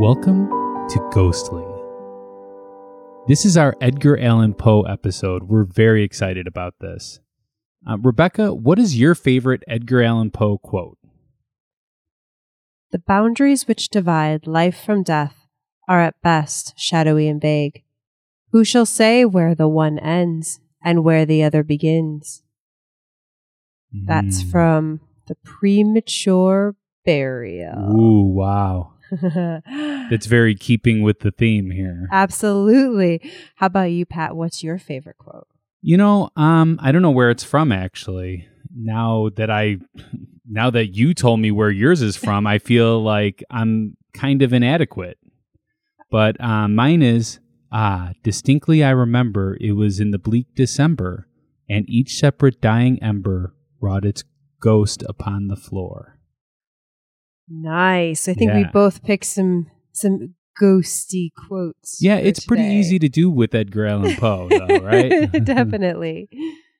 Welcome to Ghostly. This is our Edgar Allan Poe episode. We're very excited about this. Uh, Rebecca, what is your favorite Edgar Allan Poe quote? The boundaries which divide life from death are at best shadowy and vague. Who shall say where the one ends and where the other begins? That's Mm. from The Premature Burial. Ooh, wow. That's very keeping with the theme here. Absolutely. How about you, Pat? What's your favorite quote? You know, um, I don't know where it's from actually. Now that I, now that you told me where yours is from, I feel like I'm kind of inadequate. But uh, mine is ah, distinctly I remember it was in the bleak December, and each separate dying ember wrought its ghost upon the floor. Nice. I think we Yeah. both picked some some ghosty quotes. Yeah, for it's pretty today. easy to do with Edgar Allan Poe, though, right? Definitely.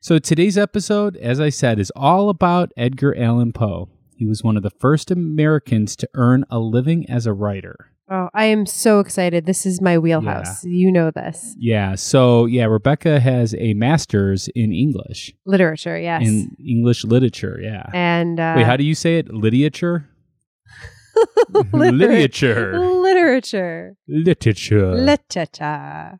So today's episode, as I said, is all about Edgar Allan Poe. He was one of the first Americans to earn a living as a writer. Oh, I am so excited. This is my wheelhouse. You know this. Yeah, so yeah, Rebecca has a master's in English, Literature, yes. in English literature, yeah. and uh, Wait, how do you say it? Literature? literature. literature. Uh. Literature. Literature. Literature.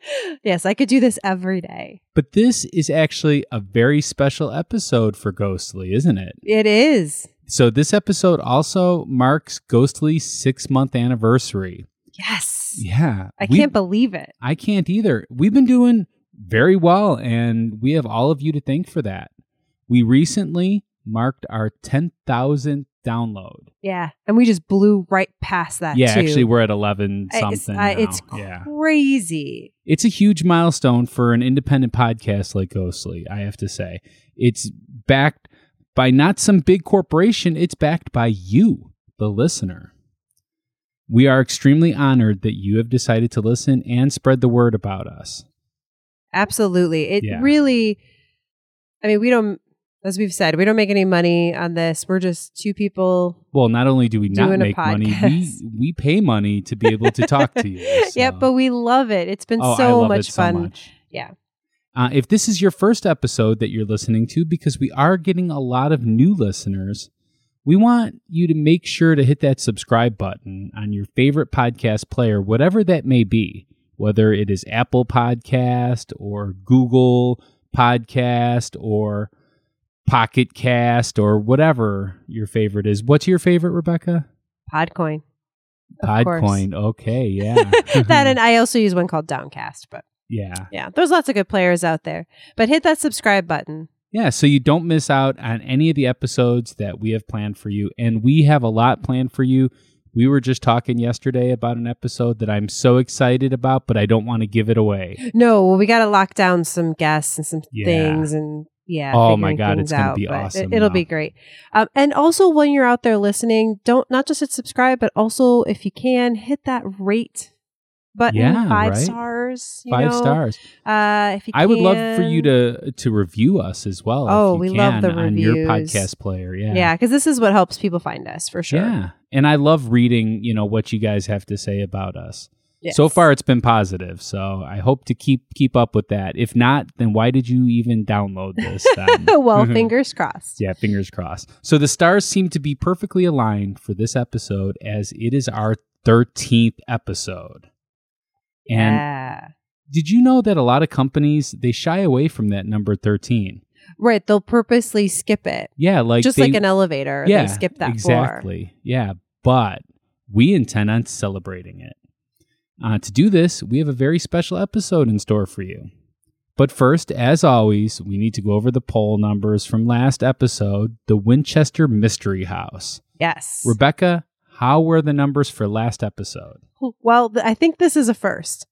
yes, I could do this every day. but this is actually a very special episode for Ghostly, isn't it? It is. So this episode also marks Ghostly's six month anniversary. Yes. Yeah. I we- can't believe it. I can't either. We've been doing very well, and we have all of you to thank for that. We recently marked our 10,000th download. Yeah. And we just blew right past that. yeah, too. actually, we're at 11 I- it's- something. I- now. it's yeah. crazy. It's a huge milestone for an independent podcast like Ghostly, I have to say. It's backed by not some big corporation, it's backed by you, the listener. We are extremely honored that you have decided to listen and spread the word about us. Absolutely. It Yeah. really, I mean, we don't, as we've said, we don't make any money on this. We're just two people. Well, not only do we not Doing a make money, we podcast. we pay money to be able to talk to you. Yep, so- but we love it. It's been Oh, I so love much it so fun. much. Yeah. Uh, if this is your first episode that you're listening to, because we are getting a lot of new listeners, we want you to make sure to hit that subscribe button on your favorite podcast player, whatever that may be, whether it is Apple Podcast or Google Podcast or Pocket Cast or whatever your favorite is. What's your favorite, Rebecca? Podcoin. Of course. Podcoin. Okay, yeah. that Mm-hmm. and I also use one called Downcast, but yeah. yeah, there's lots of good players out there. But hit that subscribe button. Yeah, so you don't miss out on any of the episodes that we have planned for you and we have a lot planned for you. We were just talking yesterday about an episode that I'm so excited about, but I don't want to give it away. No, well, we got to lock down some guests and some Yeah. things and yeah. Oh my figuring God, it's things gonna out, be but awesome, It, will though. be great. Um, and also, when you're out there listening, don't not just hit subscribe, but also if you can hit that rate button, Yeah, five right. stars. you Five know. stars. Uh, if you I would love for can. you to to review us as well. if Oh, you we love can, the on your reviews. podcast player. Yeah. yeah, because this is what helps people find us for sure. Yeah. And I love reading, you know, what you guys have to say about us. So Yes. far it's been positive. So I hope to keep keep up with that. If not, then why did you even download this? then? well, fingers crossed. Mm-hmm. Yeah, fingers crossed. So the stars seem to be perfectly aligned for this episode as it is our 13th episode. And yeah. did you know that a lot of companies they shy away from that number 13? Right. They'll purposely skip it. Yeah, like Just they- like an elevator. yeah, they skip that floor. exactly. Yeah, but we intend on celebrating it. Uh, to do this, we have a very special episode in store for you. But first, as always, we need to go over the poll numbers from last episode, the Winchester Mystery House. Yes. Rebecca, how were the numbers for last episode? well, th- I think this is a first.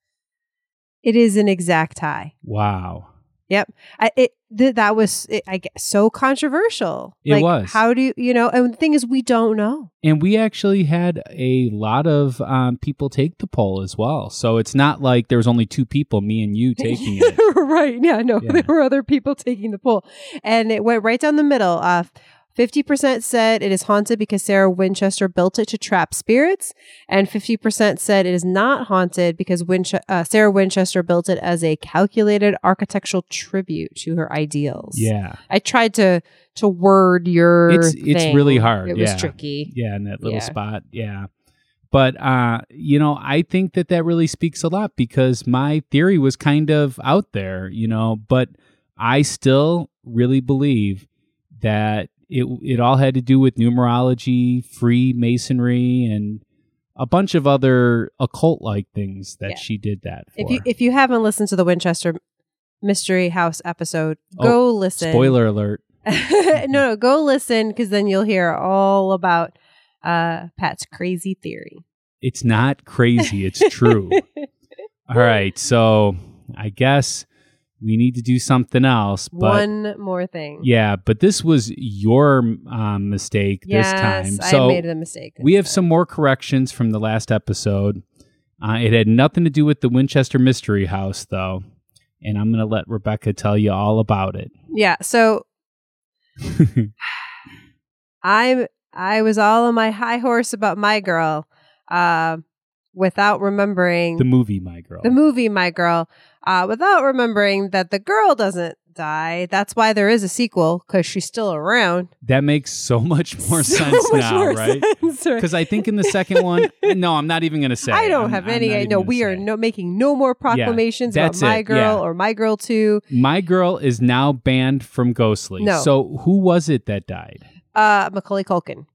It is an exact high. Wow. I, it th- that was it, I guess, so controversial. It like, was. How do you, you know? And the thing is, we don't know. And we actually had a lot of um, people take the poll as well. So it's not like there was only two people, me and you, taking it. right? Yeah. No, Yeah. there were other people taking the poll, and it went right down the middle. Uh, 50% said it is haunted because Sarah Winchester built it to trap spirits, and 50% said it is not haunted because Winch- uh, Sarah Winchester built it as a calculated architectural tribute to her ideals. Yeah. I tried to to word your It's- it's thing. really hard, It yeah. was tricky. Yeah, in that little Yeah. spot. Yeah. But uh, you know, I think that that really speaks a lot because my theory was kind of out there, you know, but I still really believe that it it all had to do with numerology, Freemasonry and a bunch of other occult like things that Yeah. she did that for. If you if you haven't listened to the Winchester Mystery House episode, go listen. Oh, Spoiler alert. Mm-hmm. no, no, go listen because then you'll hear all about uh, Pat's crazy theory. It's not crazy, it's true. All right, so I guess we need to do something else. But One more thing. yeah, but this was your um, mistake this time. Yes, so I made the mistake. we have this some more corrections from the last episode. Uh, it had nothing to do with the Winchester Mystery House, though, and I'm going to let Rebecca tell you all about it. time. Yeah. So I'm I was all on my high horse about my girl, uh, without remembering the oh. movie, my girl. the movie My Girl, uh, without remembering that the girl doesn't die. That's why there is a sequel because she's still around. that makes so much more So sense much now, more right? sense, right? Because I think in the second one, no, I'm not even going to say. I don't I'm- have I'm any. not I even know gonna we say are it. no making no more proclamations about that's my it, girl yeah. or my girl too. My girl is now banned from Ghostly. No. So who was it that died? Uh, Macaulay Culkin,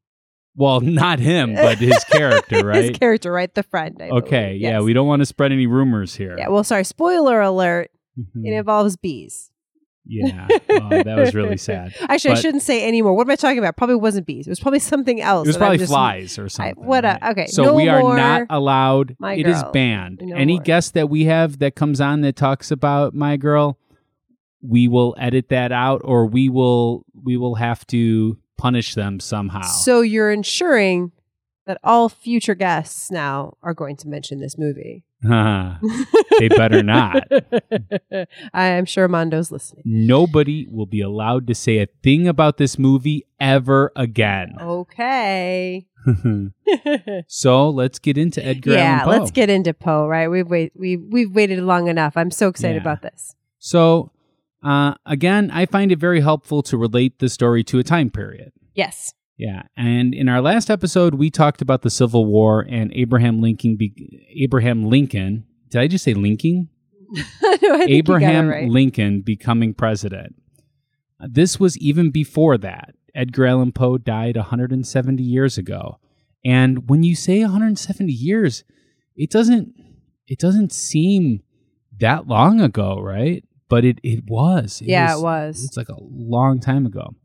Well, not him, but his character, right? his character, right? The friend. I okay, believe. yeah, Yes. we don't want to spread any rumors here. Yeah. Well, sorry. Spoiler alert. Mhm. It involves bees. yeah. Oh, that was really sad. Actually, I But- shouldn't say anymore. What am I talking about? Probably wasn't bees. It was probably something else. It was and I'm probably just- flies or something. what a- okay, So no we are more not allowed. My It is Girl. banned. No Any more. guest that we have that comes on that talks about my girl, we will edit that out, or we will we will have to punish them somehow. So you're ensuring that all future guests now are going to mention this movie. They better not. I am sure Mondo's listening. Nobody will be allowed to say a thing about this movie ever again. Okay. Oh. so let's get into Edgar Allan yeah, Poe. let's get into Poe. Right, we've wait we we've waited long enough. I'm so excited Yeah. about this. so uh, again, I find it very helpful to relate the story to a time period. Yes. Yeah, and in our last episode, we talked about the Civil War and Abraham Lincoln. Be- Abraham Lincoln. Did I just say Lincoln? No, I think you got it Abraham right. Lincoln becoming president. This was even before that. Edgar Allan Poe died 170 years ago. And when you say 170 years, it doesn't it doesn't seem that long ago, right? But it it was. yeah, it was. It's like a long time ago.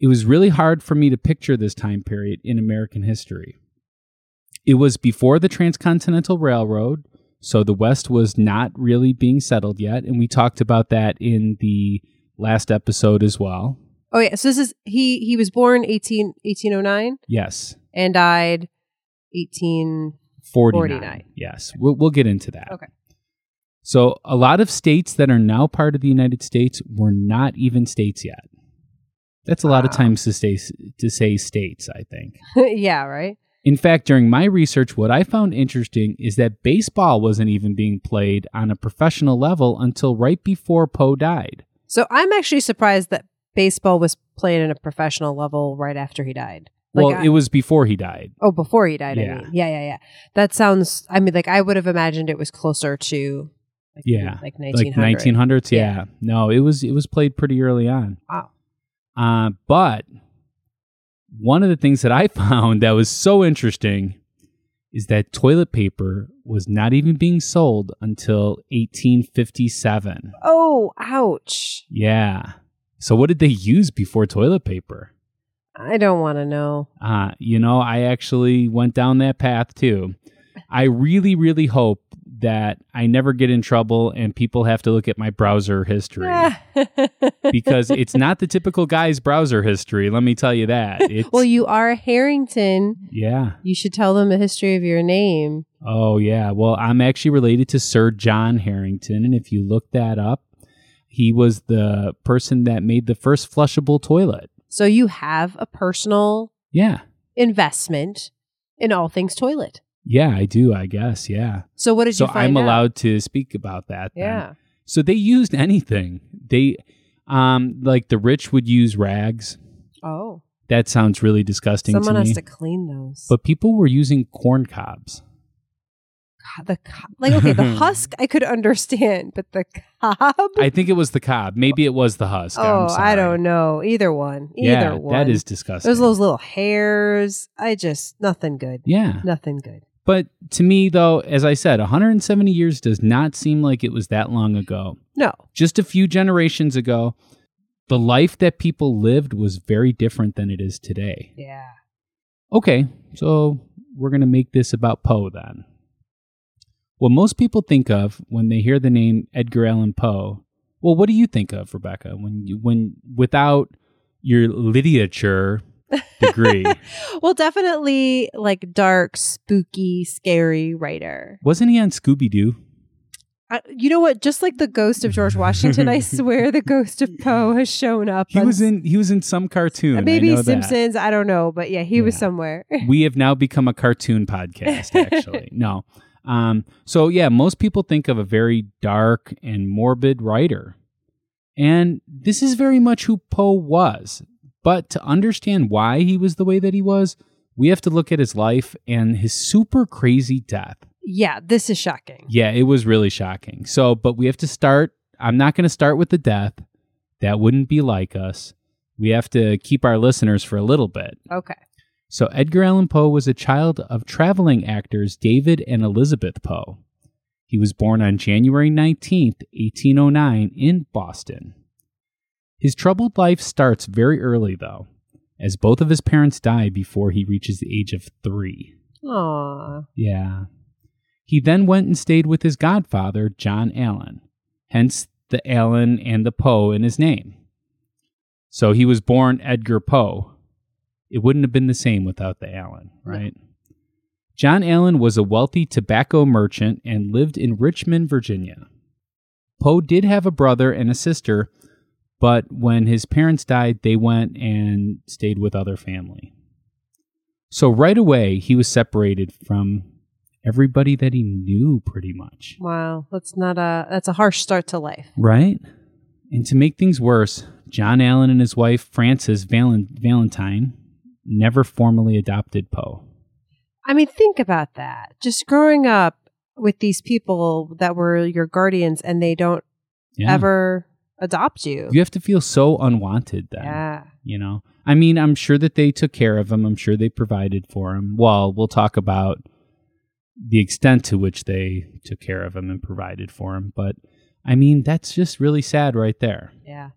It was really hard for me to picture this time period in American history. It was before the Transcontinental Railroad, so the West was not really being settled yet. And we talked about that in the last episode as well. Oh yeah. So this is he he was born 18, 1809 Yes, and died eighteen. 49. 49. Yes, we'll, we'll get into that. Okay. So, a lot of states that are now part of the United States were not even states yet. That's a lot of Wow. times to, stay, to say states, I think. yeah. Right. In fact, during my research, what I found interesting is that baseball wasn't even being played on a professional level until right before Poe died. So I'm actually surprised that baseball was played on a professional level right after he died. Like, well, I- it was before he died. oh, before he died. Yeah. I mean, yeah, yeah, yeah. That sounds. I mean, like I would have imagined it was closer to. Like, Yeah, like Like 1900. 1900s, yeah. Yeah. No, it was it was played pretty early on. Wow. Uh, but one of the things that I found that was so interesting is that toilet paper was not even being sold until 1857. Oh, ouch! Yeah. So what did they use before toilet paper? I don't want to know. Uh, you know, I actually went down that path too. I really, really hope that I never get in trouble and people have to look at my browser history Eh. because it's not the typical guy's browser history. Let me tell you that. It's, well, you are a Harrington. yeah. You should tell them the history of your name. Oh, yeah. Well, I'm actually related to Sir John Harrington. And if you look that up, he was the person that made the first flushable toilet. So you have a personal Yeah. investment in all things toilet. Yeah, I do, I guess. Yeah. So what did So you I'm find out? allowed to speak about that. then. Yeah. So they used anything. They um like the rich would use rags. Oh, That sounds really disgusting someone to me. has to clean those. but people were using corn cobs. God, the co- like okay, the husk I could understand, but the cob. I think it was the cob. Maybe it was the husk. oh, I'm sorry. I don't know. Either one. Either yeah, one. That is disgusting. There's those little hairs. I just nothing good. yeah. Nothing good. But to me, though, as I said, 170 years does not seem like it was that long ago. No. Just a few generations ago, the life that people lived was very different than it is today. Yeah. Okay, so we're going to make this about Poe then. What most people think of when they hear the name Edgar Allan Poe, well, what do you think of, Rebecca, when you, when without your literature degree? Well, definitely like dark, spooky, scary writer. Wasn't he on Scooby Doo? I, you know what? Just like the ghost of George Washington, I swear the ghost of Poe has shown up. He on was in he was in some cartoon. I maybe know that. Simpsons. I don't know, but yeah, he was Yeah. somewhere. we have now become a cartoon podcast actually no um, so yeah most people think of a very dark and morbid writer and this is very much who poe was but to understand why he was the way that he was we have to look at his life and his super crazy death yeah, this is shocking. yeah it was really shocking so but we have to start i'm not going to start with the death that wouldn't be like us we have to keep our listeners for a little bit Okay. so Edgar Allan Poe was a child of traveling actors David and Elizabeth Poe. He was born on January 19, 1809, in Boston. His troubled life starts very early, though, as both of his parents die before he reaches the age of three. Aw. Yeah. He then went and stayed with his godfather, John Allen, hence the Allen and the Poe in his name. So he was born Edgar Poe. It wouldn't have been the same without the Allen, No. right? John Allen was a wealthy tobacco merchant and lived in Richmond, Virginia. Poe did have a brother and a sister, but when his parents died, they went and stayed with other family. So right away, he was separated from everybody that he knew pretty much. Wow. That's not a that's a harsh start to life. Right? And to make things worse, John Allen and his wife, Frances Valen- Valentine, never formally adopted Poe. I mean, think about that. Just growing up with these people that were your guardians and they don't Yeah. ever adopt you. You have to feel so unwanted then. yeah. You know? I mean, I'm sure that they took care of him. I'm sure they provided for him. Well, we'll talk about the extent to which they took care of him and provided for him. But I mean, that's just really sad right there. Yeah.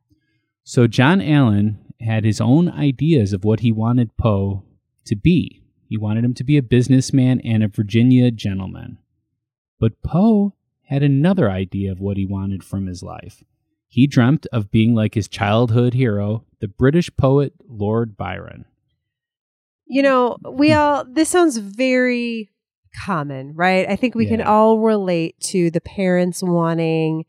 So John Allen had his own ideas of what he wanted Poe to be. He wanted him to be a businessman and a Virginia gentleman. But Poe had another idea of what he wanted from his life. He dreamt of being like his childhood hero, the British poet Lord Byron. You know, Hmm. we all this sounds very common, right? I think we can Yeah. all relate to the parents wanting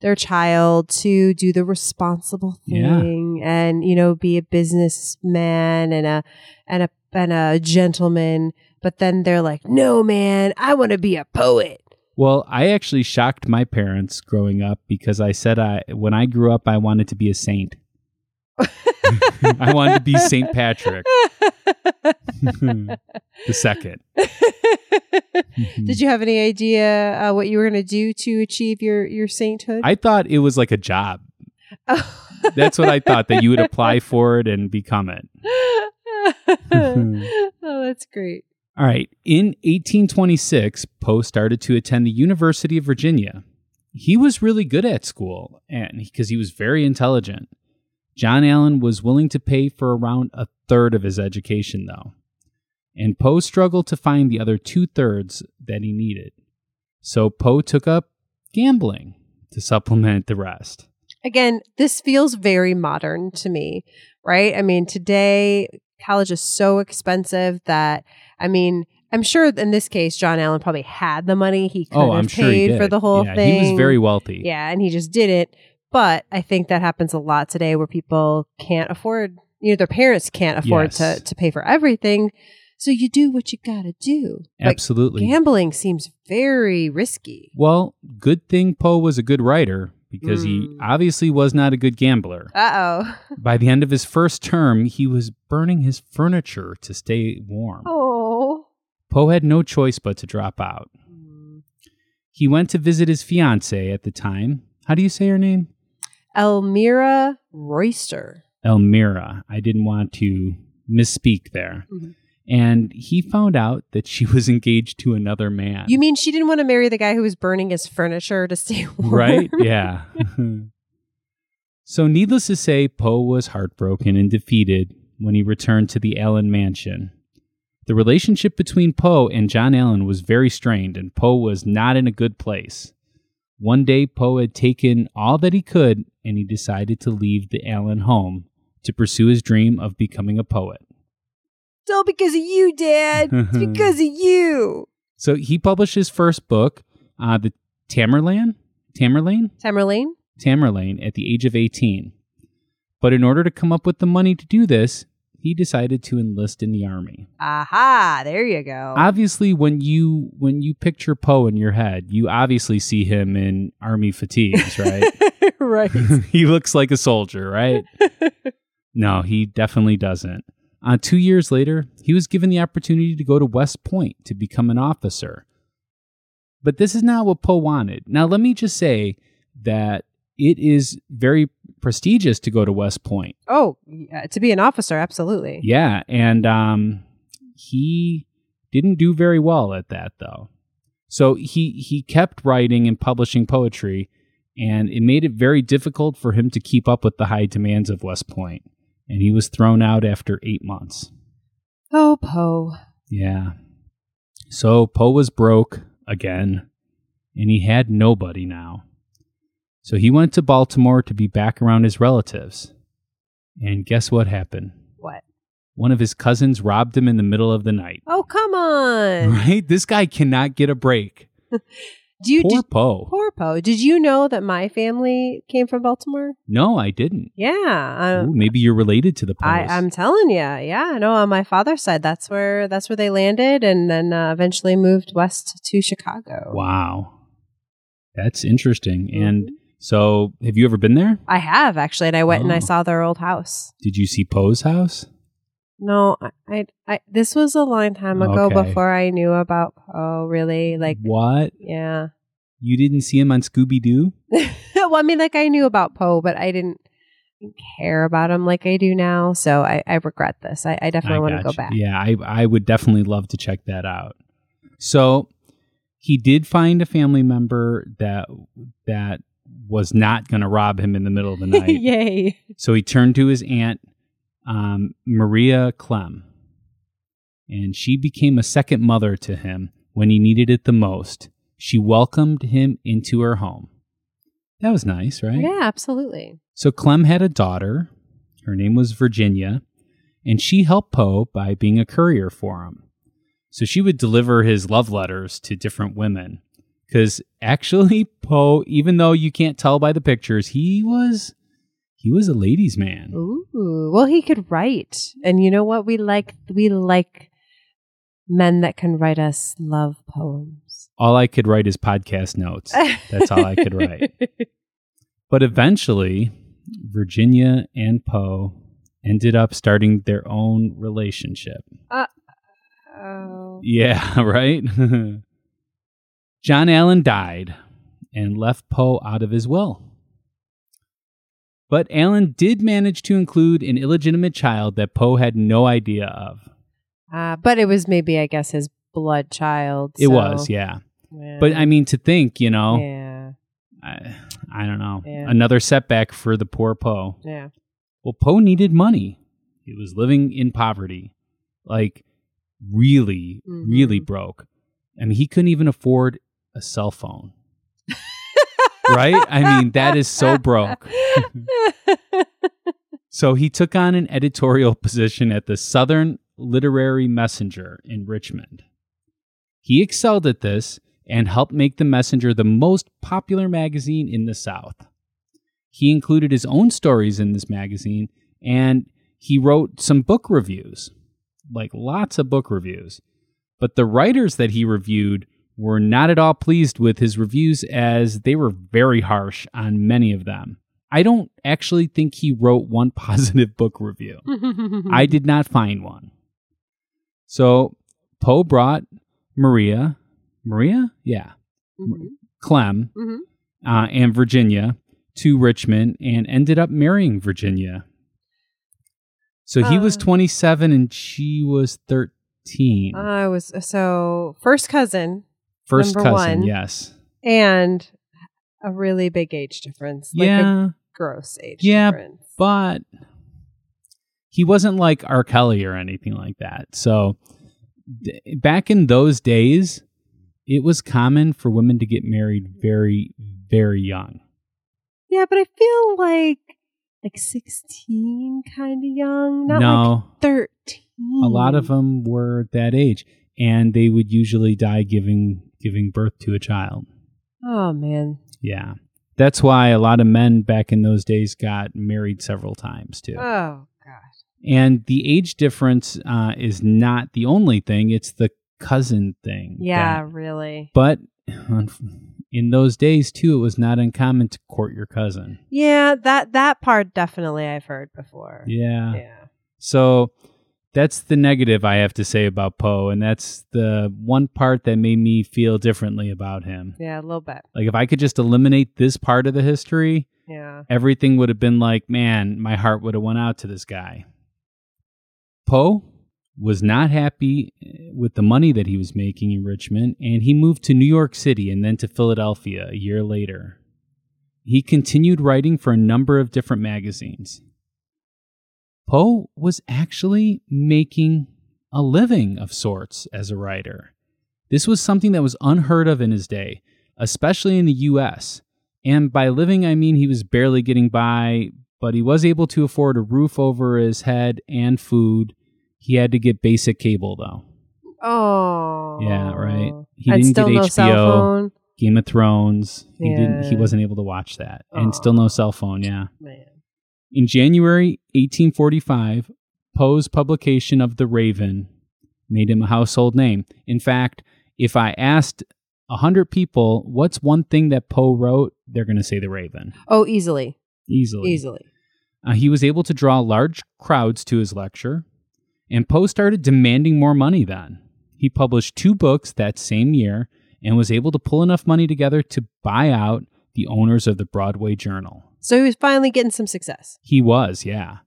their child to do the responsible Yeah. thing and you know be a businessman and a and a and a gentleman, but then they're like, "No, man, I want to be a poet." Well, I actually shocked my parents growing up because I said I when I grew up I wanted to be a saint. I wanted to be Saint Patrick the second. Did you have any idea uh, what you were going to do to achieve your your sainthood? I thought it was like a job. Oh. That's what I thought that you would apply for it and become it. oh, that's great. All right. In 1826, Poe started to attend the University of Virginia. He was really good at school and because he was very intelligent. John Allen was willing to pay for around a third of his education, though. And Poe struggled to find the other two thirds that he needed. So Poe took up gambling to supplement the rest. Again, this feels very modern to me, right? I mean, today college is so expensive that I mean, I'm sure in this case John Allen probably had the money he could Oh, have I'm paid sure he did. for the whole yeah, thing. He was very wealthy. yeah, and he just did it. But I think that happens a lot today where people can't afford, you know their parents can't afford Yes. to to pay for everything so you do what you got to do like Absolutely. gambling seems very risky well, good thing Poe was a good writer because he Mm. obviously was not a good gambler. uh-oh By the end of his first term, he was burning his furniture to stay warm. oh Poe had no choice but to drop out. He went to visit his fiancee at the time. How do you say her name? elmira royster Elmira. I didn't want to misspeak there. Mhm. And he found out that she was engaged to another man. you mean she didn't want to marry the guy who was burning his furniture to stay warm right? Yeah. so, needless to say, Poe was heartbroken and defeated when he returned to the Allen mansion. The relationship between Poe and John Allen was very strained, and Poe was not in a good place. One day, Poe had taken all that he could, and he decided to leave the Allen home to pursue his dream of becoming a poet. it's all because of you dad it's because of you So, he published his first book, uh, The Tamerlan? Tamerlane? tamerlane Tamerlane at the age of 18. But in order to come up with the money to do this, he decided to enlist in the army. aha there you go Obviously, when you when you picture Poe in your head, you obviously see him in army fatigues, right? right he looks like a soldier, right? no, he definitely doesn't. Uh, two years later, he was given the opportunity to go to West Point to become an officer. But this is not what Poe wanted. Now, let me just say that it is very prestigious to go to West Point. oh yeah, to be an officer absolutely Yeah, and um, he didn't do very well at that though. So he he kept writing and publishing poetry, and it made it very difficult for him to keep up with the high demands of West Point, and he was thrown out after eight months. oh poe Yeah. So Poe was broke again, and he had nobody now. So he went to Baltimore to be back around his relatives. And guess what happened? What? One of his cousins robbed him in the middle of the night. Oh, come on. Right? This guy cannot get a break. Do you Poor did, Poe. poor Poe? Did you know that my family came from Baltimore? No, I didn't. Yeah. Ooh, Um, maybe you're related to the Poes. I, I'm telling you, yeah, no. On my father's side, that's where that's where they landed, and then uh, eventually moved west to Chicago. wow. That's interesting. Mm-hmm. And so, have you ever been there? I have actually, and I went and Oh. I saw their old house. Did you see Poe's house? No, I, I, I this was a long time ago Okay. Mm-hmm. before I knew about Poe. Really, like, what? yeah. You didn't see him on Scooby Doo? well, I mean, like I knew about Poe, but I didn't care about him like I do now. So I, I regret this. I, I definitely want to go back. Yeah, I, I would definitely love to check that out. So he did find a family member that that was not going to rob him in the middle of the night. Yay. So he turned to his aunt um, Maria Clem, and she became a second mother to him when he needed it the most. She welcomed him into her home. That was nice, right? Yeah, absolutely. So Clem had a daughter. Her name was Virginia, and she helped Poe by being a courier for him. So she would deliver his love letters to different women. Because actually, Poe, even though you can't tell by the pictures, he was he was a ladies' man. Ooh. Well, he could write, and you know what? We like we like men that can write us love poems. All I could write is podcast notes. That's all I could write. But eventually, Virginia and Poe ended up starting their own relationship. Oh. Yeah, right? John Allen died and left Poe out of his will. But Allen did manage to include an illegitimate child that Poe had no idea of. Uh, but it was maybe, I guess, his blood child. It was, yeah. yeah. But I mean, to think, you know, yeah, I, I don't know, Yeah. another setback for the poor Poe. yeah. Well, Poe needed money. He was living in poverty, like really, Mhm. really broke. I mean, he couldn't even afford a cell phone. right? I mean, that is so broke. So he took on an editorial position at the Southern Literary Messenger in Richmond. He excelled at this and helped make the Messenger the most popular magazine in the South. He included his own stories in this magazine and he wrote some book reviews, like lots of book reviews. But the writers that he reviewed were not at all pleased with his reviews as they were very harsh on many of them. I don't actually think he wrote one positive book review. Mm-hmm. I did not find one. So Poe brought Maria, Maria? Yeah, Mhm. Clem, Mhm. uh, and Virginia to Richmond and ended up marrying Virginia. So he was Uh. 27 and she was 13. I was so first cousin First Uh, number cousin, one. yes. and a really big age difference. Like a yeah, gross age Yeah, difference. but he wasn't like R. Kelly or anything like that. So d- back in those days, it was common for women to get married very, very young. yeah, but I feel like like sixteen kinda young. Not like Hmm. no, thirteen. a lot of uh, them were that age and they would usually die giving giving birth to a child Oh man. yeah that's why a lot of men back in those days got married several times too Oh god. and the age difference uh, is not the only thing it's the cousin thing Yeah, that- really. but in those days too it was not uncommon to court your cousin Yeah, that that part definitely I've heard before. yeah Yeah. So that's the negative I have to say about Poe, and that's the one part that made me feel differently about him. Yeah, a little bit. Like if I could just eliminate this part of the history, Yeah. everything would have been like, man, my heart would have went out to this guy. Poe was not happy eh, with the money that he was making in Richmond, and he moved to New York City and then to Philadelphia a year later. He continued writing for a number of different magazines. Poe was actually making a living of sorts as a writer. This was something that was unheard of in his day, especially in the US. And by living, I mean he was barely getting by, but he was able to afford a roof over his head and food. He had to get basic cable, though. Oh. Yeah, right. He and didn't still get no HBO, cell phone. Game of Thrones. He didn't. He Yeah. wasn't able to watch that, and Aw. still no cell phone. Yeah. Man. In January 1845, Poe's publication of The Raven made him a household name. In fact, if I asked 100 people what's one thing that Poe wrote, they're going to say The Raven. Oh, easily. Easily. Easily. Uh, he was able to draw large crowds to his lecture, and Poe started demanding more money then. He published two books that same year and was able to pull enough money together to buy out the owners of the Broadway Journal. So he was finally getting some success. He was, yeah.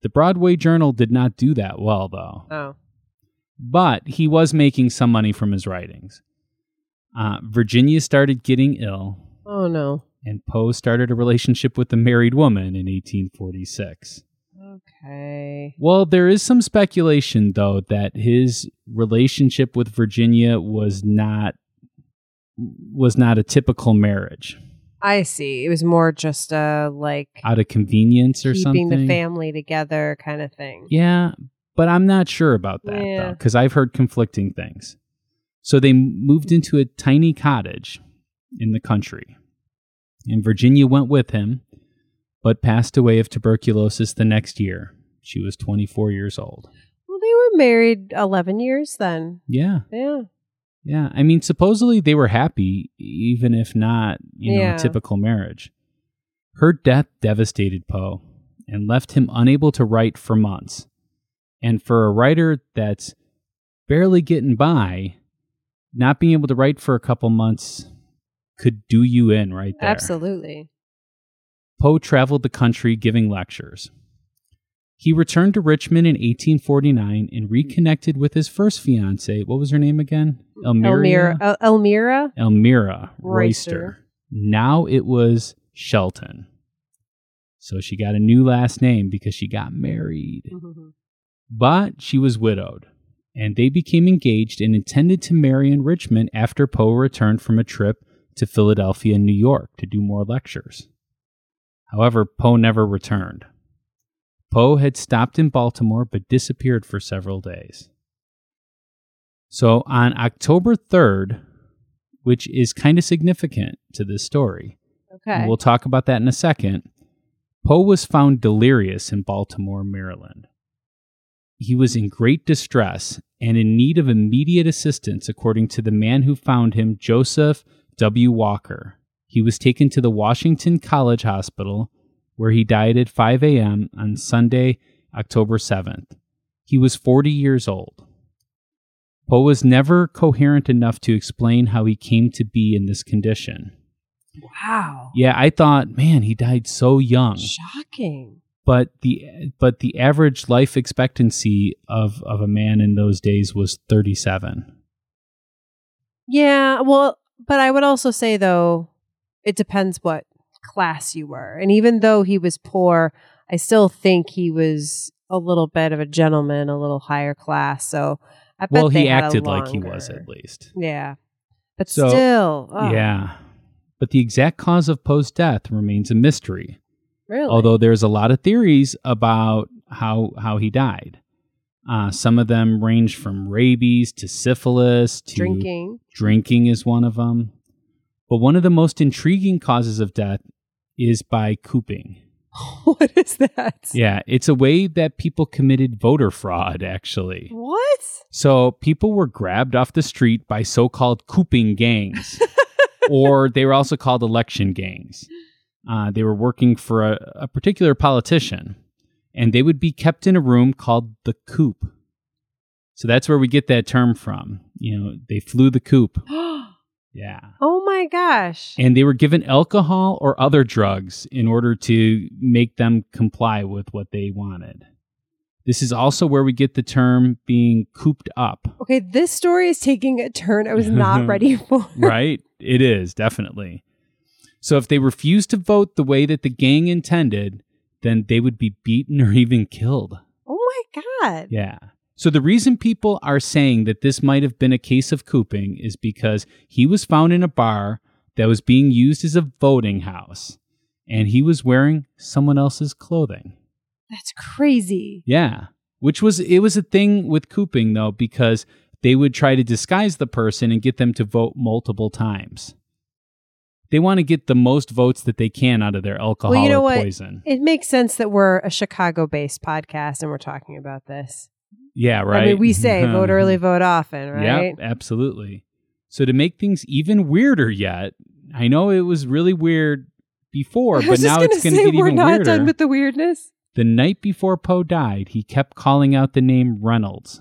The Broadway Journal did not do that well, though, Oh. but he was making some money from his writings. Uh, Virginia started getting ill, Oh no. and Poe started a relationship with a married woman in 1846. Okay. Well, there is some speculation, though, that his relationship with Virginia was not was not a typical marriage I see. It was more just uh like out of convenience or keeping something. the family together kind of thing. Yeah, but I'm not sure about that Yeah. though, because I've heard conflicting things. So they moved into a tiny cottage in the country, and Virginia went with him, but passed away of tuberculosis the next year. She was 24 years old. Well, they were married 11 years then. Yeah, Yeah. yeah. I mean, supposedly they were happy, even if not, you know, Yeah. a typical marriage. Her death devastated Poe and left him unable to write for months. And for a writer that's barely getting by, not being able to write for a couple months could do you in right there. Absolutely. Poe traveled the country giving lectures. He returned to Richmond in 1849 and reconnected with his first fiancee. What was her name again? Elmira Elmira. El- Elmira? Elmira Royster. Royster. Now it was Shelton. So she got a new last name because she got married. Mm-hmm. But she was widowed, and they became engaged and intended to marry in Richmond after Poe returned from a trip to Philadelphia and New York to do more lectures. However, Poe never returned. Poe had stopped in Baltimore but disappeared for several days. So on October 3rd, which is kind of significant to this story, and okay. We'll talk about that in a second. Poe was found delirious in Baltimore, Maryland. He was in great distress and in need of immediate assistance, according to the man who found him, Joseph W. Walker. He was taken to the Washington College Hospital, where he died at 5 a.m. on Sunday, October 7th. He was 40 years old. Poe was never coherent enough to explain how he came to be in this condition. Wow. Yeah, I thought, man, he died so young Shocking. but the but the average life expectancy of of a man in those days was 37 Yeah. Well, but I would also say, though, it depends what class you were. And even though he was poor, I still think he was a little bit of a gentleman, a little higher class. So I bet well they he had a acted like he was longer- at least Yeah. But So- still. oh, yeah but the exact cause of poe's death remains a mystery Really? although there's a lot of theories about how how he died uh, some of them range from rabies to syphilis to drinking. Drinking is one of them. But one of the most intriguing causes of death is by cooping. what is that? Yeah, it's a way that people committed voter fraud, actually. What? So people were grabbed off the street by so called cooping gangs, or they were also called election gangs. Uh, they were working for a, a particular politician, and they would be kept in a room called the coop. So that's where we get that term from. You know, they flew the coop. oh Yeah. my gosh. and they were given alcohol or other drugs in order to make them comply with what they wanted. This is also where we get the term being cooped up, Okay, this story is taking a turn I was not ready for. right? it is, definitely. So if they refused to vote the way that the gang intended, then they would be beaten or even killed. Oh my god. Yeah. So the reason people are saying that this might have been a case of cooping is because he was found in a bar that was being used as a voting house and he was wearing someone else's clothing. That's crazy. Yeah. Which was it was a thing with cooping though because they would try to disguise the person and get them to vote multiple times. They want to get the most votes that they can out of their alcohol Well, you know or what? poison. It makes sense that we're a Chicago based podcast and we're talking about this. Yeah, right. Mm-hmm. I mean, we say vote early, vote often, right? Yep, absolutely. So to make things even weirder yet, I know it was really weird before, I was but now just it's going say to get we're even not weirder. done with the weirdness. the night before Poe died, he kept calling out the name Reynolds.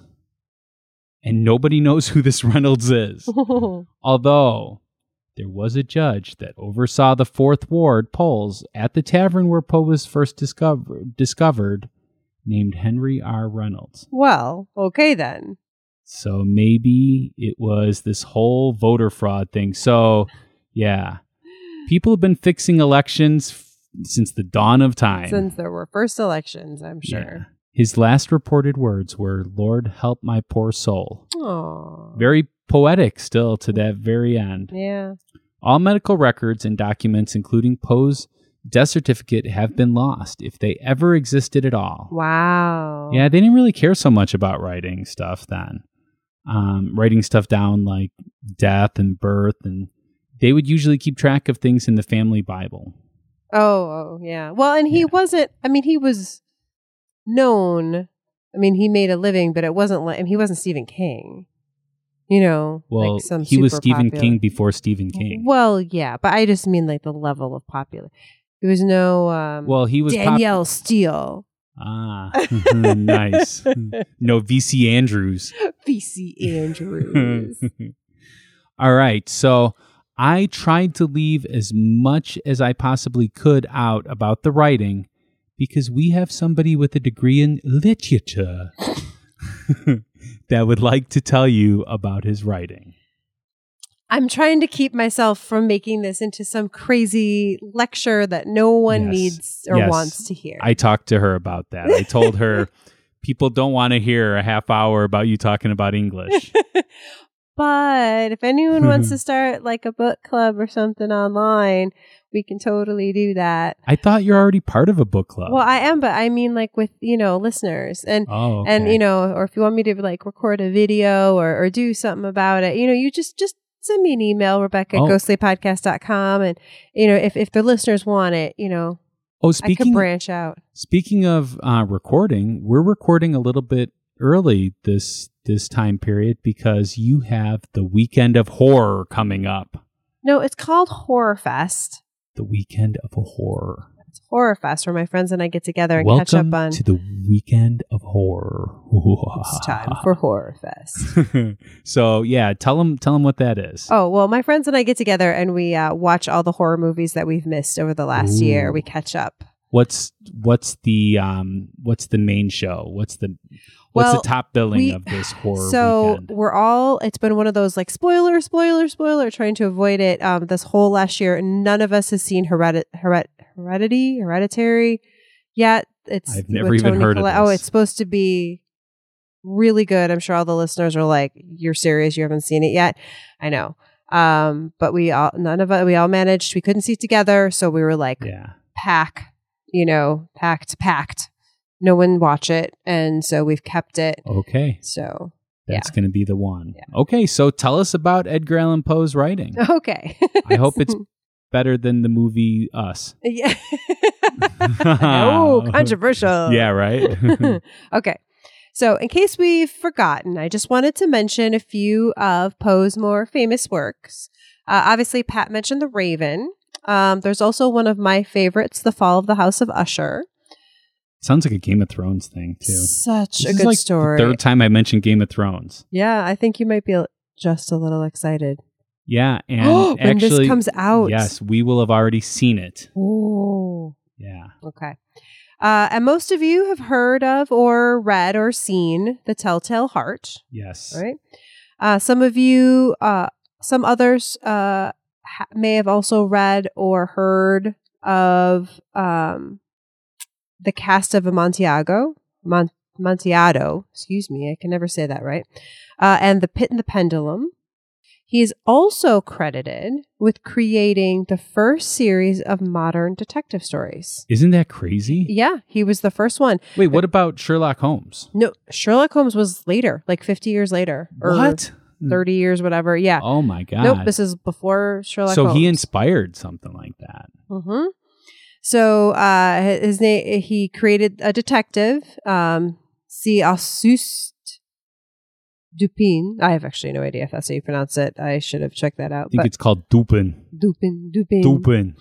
And nobody knows who this Reynolds is. Although there was a judge that oversaw the Fourth Ward polls at the tavern where Poe was first discover- discovered, named Henry R. Reynolds. well, okay then. So maybe it was this whole voter fraud thing. So, yeah, people have been fixing elections f- since the dawn of time. Since there were first elections, I'm Yeah. sure. His last reported words were, Lord, help my poor soul. Oh. Very poetic still to that very end. Yeah. All medical records and documents, including Poe's death certificate, have been lost if they ever existed at all. Wow. Yeah, they didn't really care so much about writing stuff then. Um, writing stuff down like death and birth, and they would usually keep track of things in the family Bible. Oh, oh, yeah. Well, and he Yeah. wasn't. I mean, he was known. I mean, he made a living, but it wasn't like I mean, he wasn't Stephen King. You know, Well, like some he was super Stephen popular- Mm-hmm. King before Stephen King. Well, yeah, but I just mean like the level of popular. There was no um, Well, he was pop- Danielle Steele, ah, nice. No VC Andrews. VC Andrews. All right. So I tried to leave as much as I possibly could out about the writing because we have somebody with a degree in literature that would like to tell you about his writing. I'm trying to keep myself from making this into some crazy lecture that no one Yes. needs or Yes. wants to hear. I talked to her about that. I told her people don't want to hear a half hour about you talking about English. but if anyone wants to start like a book club or something online, we can totally do that. I thought you're already part of a book club. Well, I am, but I mean like with, you know, listeners and oh, and okay. you know, or if you want me to like record a video or, or do something about it, you know, you just just send me an email, Rebecca Oh. at ghostlypodcast.com and you know, if, if the listeners want it, you know, oh, I could speaking branch out. Speaking of uh, recording, we're recording a little bit early this this time period because you have the weekend of horror coming up. No, it's called Horror Fest. The weekend of horror. It's Horror Fest where my friends and I get together and catch Welcome up on. to the weekend of horror. It's time for Horror Fest. so yeah, tell them tell them what that is. Oh, well, my friends and I get together and we uh, watch all the horror movies that we've missed over the last year. Ooh. We catch up. What's what's the um what's the main show? What's the what's Well, the top billing we- of this horror so weekend? we're all, it's been one of those like spoiler, spoiler, spoiler, trying to avoid it um, this whole last year. None of us has seen Heredi- Hered- Heredity, Hereditary yet. It's I've never with even Toni heard of Collette. Oh, this. it's supposed to be really good. I'm sure all the listeners are like, "You're serious? You haven't seen it yet?" I know. Um, but we all, none of us, we all managed. We couldn't see together, so we were like, Yeah. pack, you know, packed, packed. No one watch it, and so we've kept it. Okay. So That's going to be the one. Okay, so tell us about Edgar Allan Poe's writing. okay, I hope it's better than the movie Us. yeah. no, controversial. Oh. Yeah, right? okay. So, in case we've forgotten, I just wanted to mention a few of Poe's more famous works. Uh, obviously, Pat mentioned The Raven. Um, there's also one of my favorites, The Fall of the House of Usher. Sounds like a Game of Thrones thing, too. Such This a is good like the story. third time I mentioned Game of Thrones. yeah, I think you might be just a little excited. Yeah, and when actually this comes out. Yes, we will have already seen it. Ooh. Yeah. Okay. Uh, and most of you have heard of or read or seen The Telltale Heart, Yes. right? Uh, some of you, uh, some others uh, ha- may have also read or heard of um, The Cast of Amontillado. Mon- Amontillado, excuse me, I can never say that right. Uh, and The Pit and the Pendulum. He is also credited with creating the first series of modern detective stories. Isn't that crazy? Yeah, he was the first one. Wait, what about Sherlock Holmes? No, Sherlock Holmes was later, like 50 years later or what? 30 years, whatever. Er, Yeah. Oh my god. nope, this is before Sherlock so Holmes. he inspired something like that. hmm So uh, his name, he created a detective, um, C. Assust Dupin. I have actually no idea if that's how you pronounce it. I should have checked that I out. think But it's called Dupin. Dupin, Dupin. Dupin.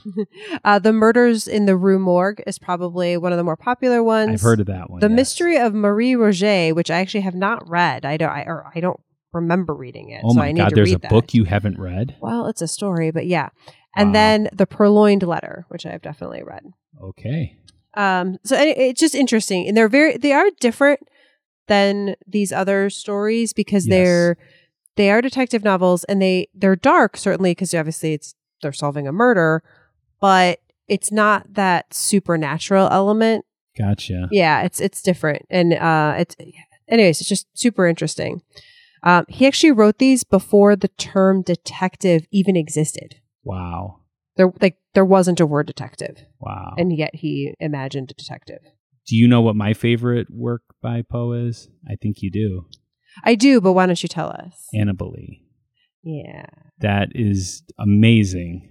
Uh, the Murders in the Rue Morgue is probably one of the more popular ones. I've heard of that one. The yes. Mystery of Marie Roget, which I actually have not read. I don't, I, or I don't remember reading it. Oh so my I need god, to there's read a that. book you haven't read. Well, it's a story, but yeah. And Wow. then the Purloined Letter, which I have definitely read. Okay. Um, so any- it's just interesting, and they're very they are different than these other stories because Yes. they're they are detective novels and they they're dark certainly because obviously it's they're solving a murder, but it's not that supernatural element Gotcha. yeah it's it's different and uh it's anyways it's just super interesting um he actually wrote these before the term detective even existed Wow. there like there wasn't a word detective Wow. and yet he imagined a detective do you know what my favorite work by Poe is? I think you do. i do but why don't you tell us Annabelle. yeah That is amazing.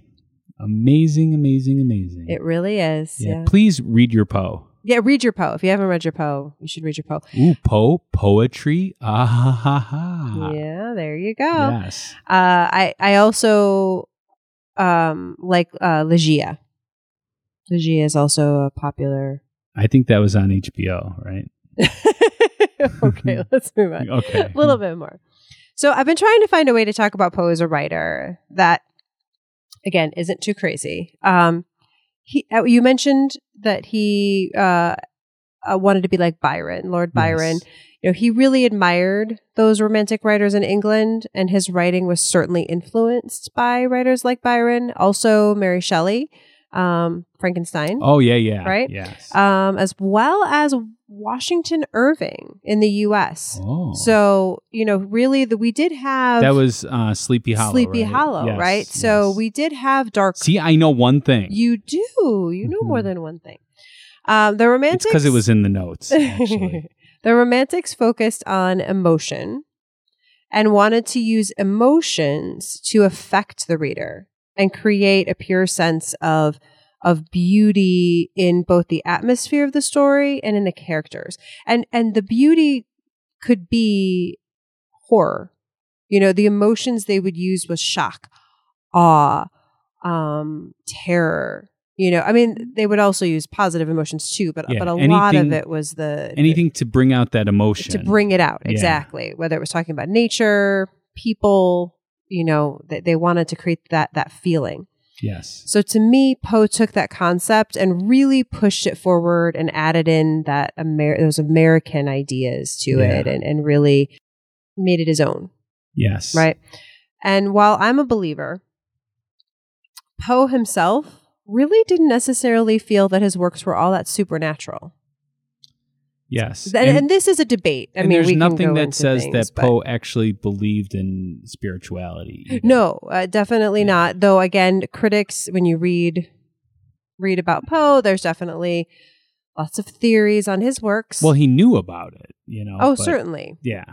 Amazing, amazing, amazing. it really is yeah yeah, Please read your Poe. read your poe if you haven't read your poe you should read your poe Ooh, Poe, poetry. Ah ha ha ha. Ah. yeah there you go Yes. uh i i also um like uh legia legia is also a popular I think that was on HBO, right? okay, let's move on. Okay. A little bit more. So I've been trying to find a way to talk about Poe as a writer that, again, isn't too crazy. Um, he, uh, you mentioned that he uh, uh, wanted to be like Byron, Lord Byron. Yes. You know, he really admired those romantic writers in England, and his writing was certainly influenced by writers like Byron, also Mary Shelley, um, Frankenstein Oh yeah, yeah. Right? Yes. um, as well as Washington Irving in the U.S. oh. So you know, really, the, we did have that was uh, Sleepy Hollow. Sleepy right? Hollow, Yes, right? So yes. we did have dark. see. I know one thing. you do, you know more Mhm. than one thing. Um, the it's romantics because it was in the notes. Actually, the romantics focused on emotion and wanted to use emotions to affect the reader and create a pure sense of of beauty in both the atmosphere of the story and in the characters. And and the beauty could be horror. You know, the emotions they would use was shock, awe, um, terror. You know, I mean, they would also use positive emotions too, but Yeah, but a lot of anything- it was the Anything to bring out that emotion. to bring it out Yeah. exactly. Whether it was talking about nature, people, you know, they, they wanted to create that that feeling. Yes. So to me, Poe took that concept and really pushed it forward and added in that Amer- those American ideas to Yeah. it and, and really made it his own, Yes. right? And while I'm a believer, Poe himself really didn't necessarily feel that his works were all that supernatural. Yes. And, and, this is a debate. I and mean, there's we can nothing go that into says things, that but- Poe actually believed in spirituality. either. No, uh, definitely Yeah. not. Though again, critics, when you read read about Poe, there's definitely lots of theories on his works. Well, he knew about it, you know. oh, but- certainly. Yeah.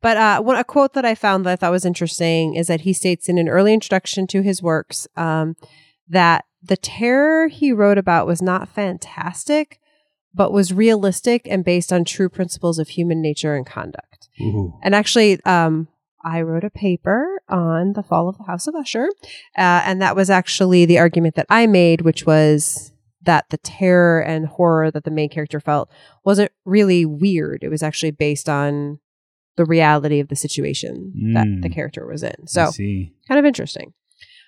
But uh, one, a quote that I found that I thought was interesting is that he states in an early introduction to his works um, that the terror he wrote about was not fantastic, but was realistic and based on true principles of human nature and conduct. Ooh. And actually, um, I wrote a paper on the fall of the House of Usher. Uh, and that was actually the argument that I made, which was that the terror and horror that the main character felt wasn't really weird. It was actually based on the reality of the situation that Mm. the character was in. I So, see. kind of interesting.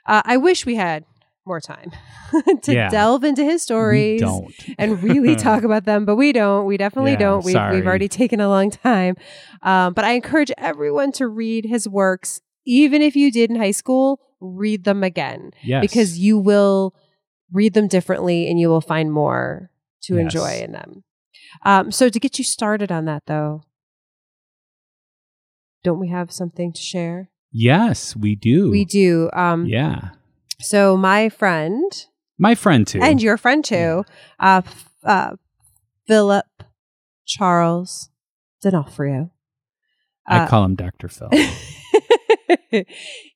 Uh, I wish we had more time to Yeah. delve into his We stories don't. and really talk about them, but we don't. We definitely Yeah, don't. We've, sorry. we've already taken a long time. Um, but I encourage everyone to read his works, even if you did in high school, read them again Yes. because you will read them differently and you will find more to Yes. enjoy in them. Um, so, to get you started on that, though, don't we have something to share? Yes, we do. We do. Um, Yeah. So, my friend, My friend too. and your friend too, uh, f- uh, Philip Charles D'Onofrio. I uh, call him Dr. Phil.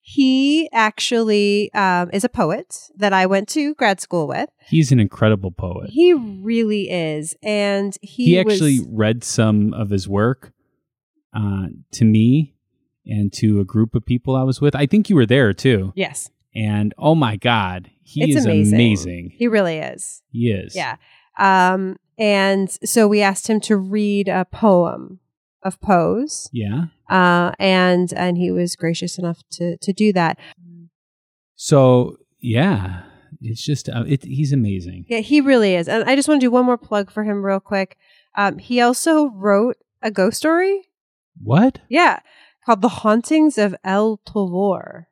he actually um, is a poet that I went to grad school with. He's an incredible poet. He really is, and he, he was- actually read some of his work uh, to me and to a group of people I was with. I think you were there too. yes, And oh my God, he It's is amazing. amazing. he really is. He is. Yeah. Um, and so we asked him to read a poem of Poe's. Yeah. Uh, and and he was gracious enough to to do that. So, yeah, it's just, uh, it, he's amazing. Yeah, he really is. And I just want to do one more plug for him real quick. Um, he also wrote a ghost story. What? Yeah. Called The Hauntings of El Tavor,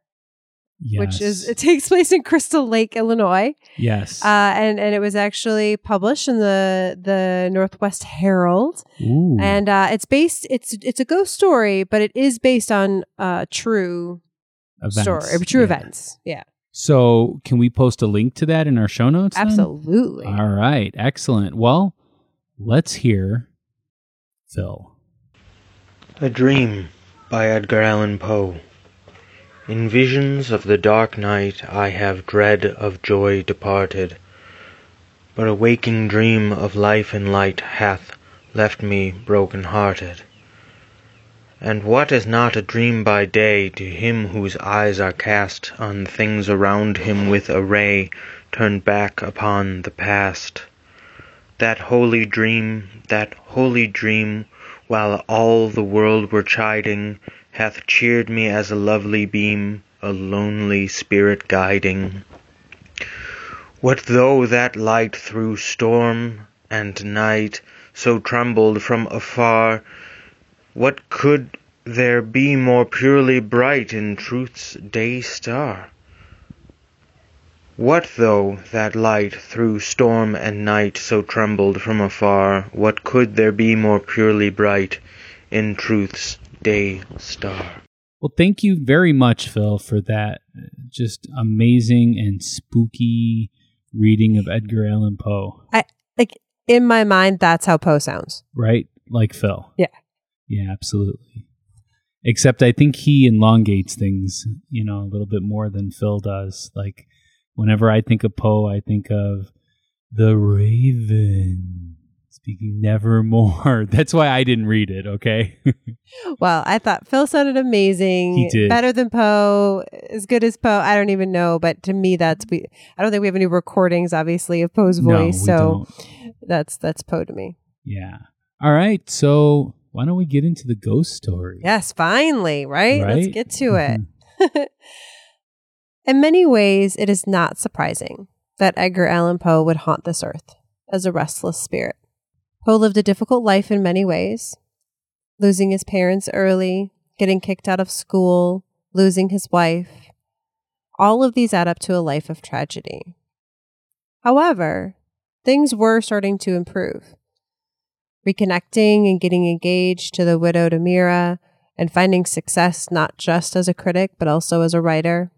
Yes. which is it takes place in Crystal Lake, Illinois. yes. Uh, and, and it was actually published in the the Northwest Herald. Ooh. And uh, it's based it's it's a ghost story, but it is based on uh true Events. story true Yeah. events. Yeah. So, can we post a link to that in our show notes? then? Absolutely. All right. Excellent. Well, let's hear Phil. A Dream by Edgar Allan Poe. In visions of the dark night I have dread of joy departed, but a waking dream of life and light hath left me broken hearted. And what is not a dream by day to him whose eyes are cast on things around him with a ray turned back upon the past? That holy dream, that holy dream, while all the world were chiding, hath cheered me as a lovely beam, a lonely spirit guiding. What though that light through storm and night so trembled from afar, what could there be more purely bright in truth's day star? What though that light through storm and night so trembled from afar, what could there be more purely bright in truth's day star? Well, thank you very much, Phil, for that uh, just amazing and spooky reading of Edgar Allan Poe, In my mind, that's how Poe sounds. right? Like Phil. Yeah. Yeah, absolutely. Except I think he elongates things, you know, a little bit more than Phil does. Like whenever I think of Poe, I think of the Raven. Speaking nevermore. That's why I didn't read it, okay? Well, I thought Phil sounded amazing. He did. Better than Poe, as good as Poe. I don't even know, but to me, that's we. I don't think we have any recordings, obviously, of Poe's no, we voice. so don't. that's that's Poe to me. Yeah. All right. So why don't we get into the ghost story? Yes, finally, right? Let's Right? Mm-hmm. get to it. In many ways, it is not surprising that Edgar Allan Poe would haunt this earth as a restless spirit. Poe lived a difficult life in many ways, losing his parents early, getting kicked out of school, losing his wife. All of these add up to a life of tragedy. However, things were starting to improve. Reconnecting and getting engaged to the widowed Amira and finding success not just as a critic but also as a writer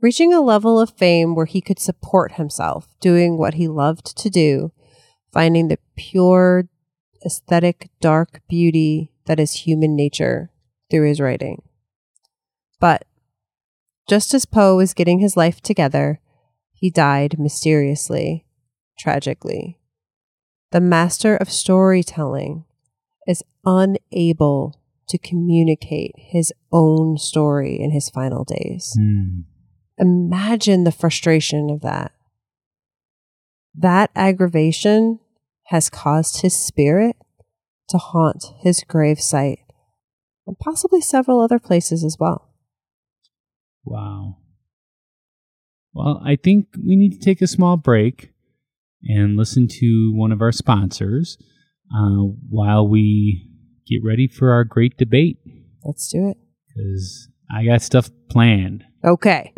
reaching a level of fame where he could support himself doing what he loved to do, finding the pure, aesthetic, dark beauty that is human nature through his writing. But just as Poe was getting his life together, he died mysteriously, tragically. The master of storytelling is unable to communicate his own story in his final days Hmm. imagine the frustration of that. That aggravation has caused his spirit to haunt his grave site and possibly several other places as well. Wow. Well, I think we need to take a small break and listen to one of our sponsors uh, while we get ready for our great debate Let's do it. because I got stuff planned. Okay.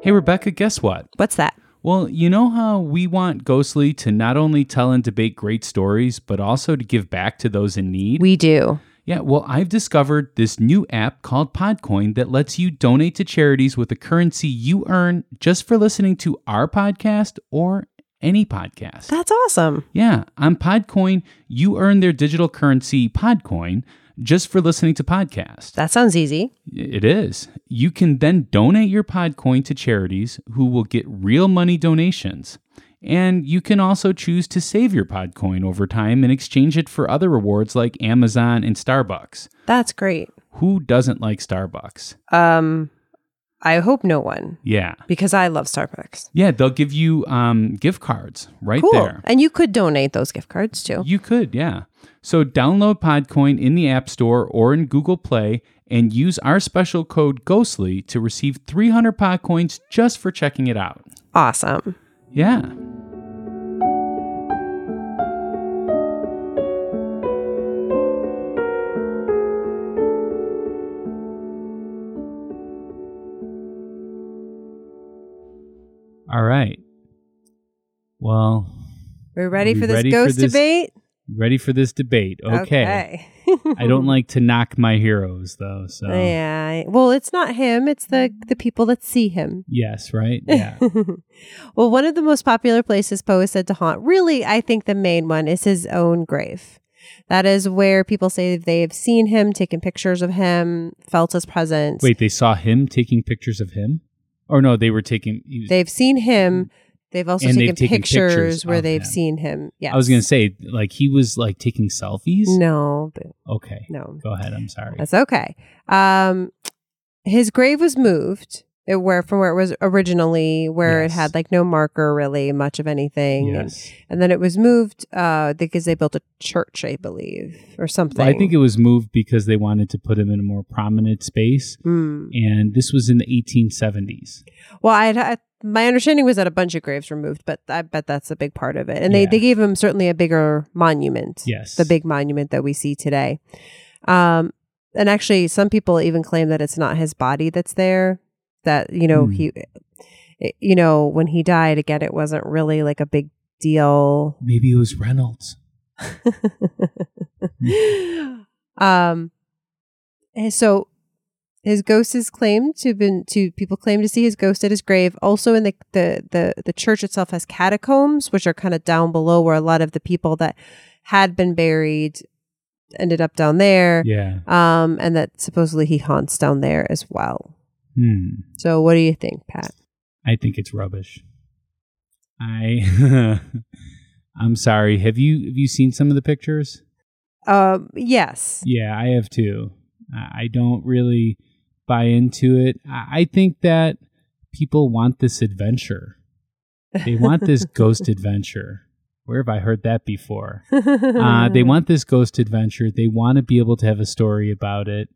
Hey, Rebecca, guess what? What's that? Well, you know how we want Ghostly to not only tell and debate great stories, but also to give back to those in need? We do. Yeah, well, I've discovered this new app called Podcoin that lets you donate to charities with the currency you earn just for listening to our podcast or any podcast. That's awesome. yeah, on Podcoin, you earn their digital currency, Podcoin, just for listening to podcasts. That sounds easy. It is. You can then donate your Podcoin to charities who will get real money donations. And you can also choose to save your Podcoin over time and exchange it for other rewards like Amazon and Starbucks. That's great. Who doesn't like Starbucks? Um I hope no one Yeah. because I love Starbucks. Yeah, they'll give you um, gift cards right Cool. there. And you could donate those gift cards too. You could, yeah. So download Podcoin in the App Store or in Google Play and use our special code Ghostly to receive 300 Podcoins just for checking it out. Awesome. Yeah. All right. Well, We're ready We for this ready for ghost this- debate? ready for this debate. Okay. okay. I don't like to knock my heroes though, so Yeah. Well, it's not him, it's the the people that see him. yes, right? Yeah. well, one of the most popular places Poe is said to haunt, really, I think the main one is his own grave. That is where people say they have seen him, taken pictures of him, felt his presence. Wait, they saw him taking pictures of him? Or no, they were taking he was- They've seen him. They've Mm-hmm. also And taken, they've taken pictures, pictures where of they've him. seen him. Yes. I was going to say like he was like taking selfies? No, but- Okay. no. Go ahead. I'm sorry. That's okay. Um, his grave was moved it, where from where it was originally, where Yes. it had like no marker really, much of anything, and, yes. and then it was moved uh, because they built a church, I believe, or something. Well, I think it was moved because they wanted to put him in a more prominent space. Hmm. And this was in the 1870s. Well, I'd, I my understanding was that a bunch of graves were moved, but I bet that's a big part of it. And they, Yeah. they gave him certainly a bigger monument. Yes. the big monument that we see today. Um, and actually, some people even claim that it's not his body that's there. That you know Hmm. he, it- you know, when he died again, it wasn't really like a big deal. Maybe it was Reynolds. um, and so his ghost is claimed to have been to people claim to see his ghost at his grave. Also, in the the the, the church itself has catacombs, which are kind of down below where a lot of the people that had been buried ended up down there. Yeah. Um, and that supposedly he haunts down there as well. Hmm. So, what do you think, Pat? I think it's rubbish. I I'm sorry. Have you have you seen some of the pictures? Um, yes. Yeah, I have too. I I don't really buy into it. I I think that people want this adventure. They want this ghost adventure. Where have I heard that before? uh, they want this ghost adventure. They want to be able to have a story about it,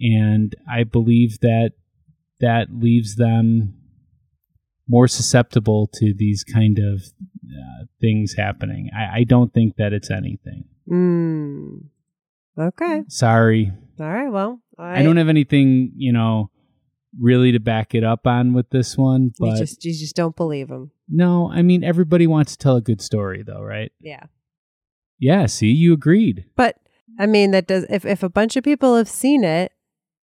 and I believe that that leaves them more susceptible to these kind of uh, things happening. I, I don't think that it's anything. Mm. Okay. Sorry, All right. Well, I, I don't have anything you know really to back it up on with this one. You But just you just don't believe him. no, I mean everybody wants to tell a good story, though, right? Yeah. Yeah. See, you agreed. But I mean, that does if if a bunch of people have seen it,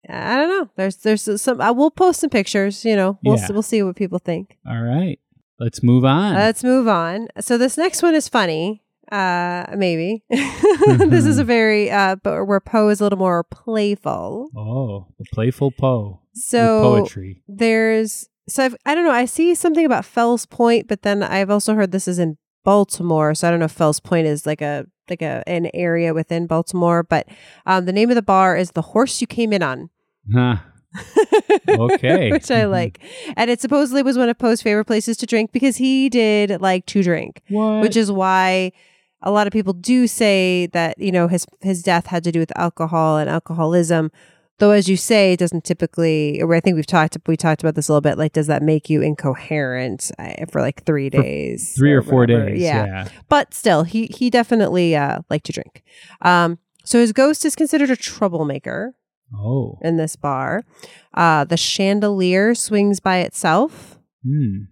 I don't know. There's there's some. I will post some pictures. You know, we'll s Yeah. we'll see what people think. All right. Let's move on. Let's move on. So this next one is funny. Uh, maybe this Mm-hmm. is a very uh, but where Poe is a little more playful. oh, the playful Poe. with So poetry. there's so I've, I don't know. I see something about Fells Point, but then I've also heard this is in Baltimore. So I don't know if Fells Point is like a like a an area within Baltimore, but um, the name of the bar is the Horse You Came In On. Huh. Okay. which I like, and it supposedly was one of Poe's favorite places to drink because he did like to drink, What? which is why a lot of people do say that you know his his death had to do with alcohol and alcoholism though as you say it doesn't typically or i think we've talked we talked about this a little bit like does that make you incoherent I, for like three days three or four whatever. days. yeah. Yeah. but still he he definitely uh liked to drink um so his ghost is considered a troublemaker Oh. in this bar uh the chandelier swings by itself Hmm.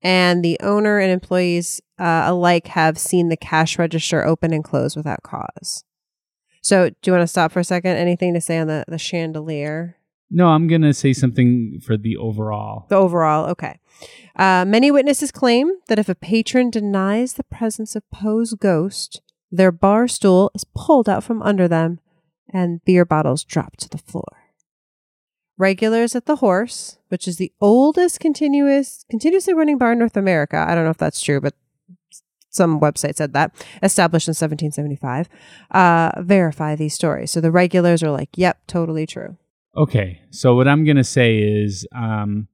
and the owner and employees uh, alike have seen the cash register open and close without cause. So, do you want to stop for a second? Anything to say on the, the chandelier? No, I'm gonna say something for the overall. The overall, okay. Uh, many witnesses claim that if a patron denies the presence of Poe's ghost, their bar stool is pulled out from under them and beer bottles drop to the floor. Regulars at the Horse, which is the oldest continuous continuously running bar in North America. I don't know if that's true, but some website said that established in 1775 uh, verify these stories so the regulars are like yep totally true Okay. So what I'm gonna say is, um,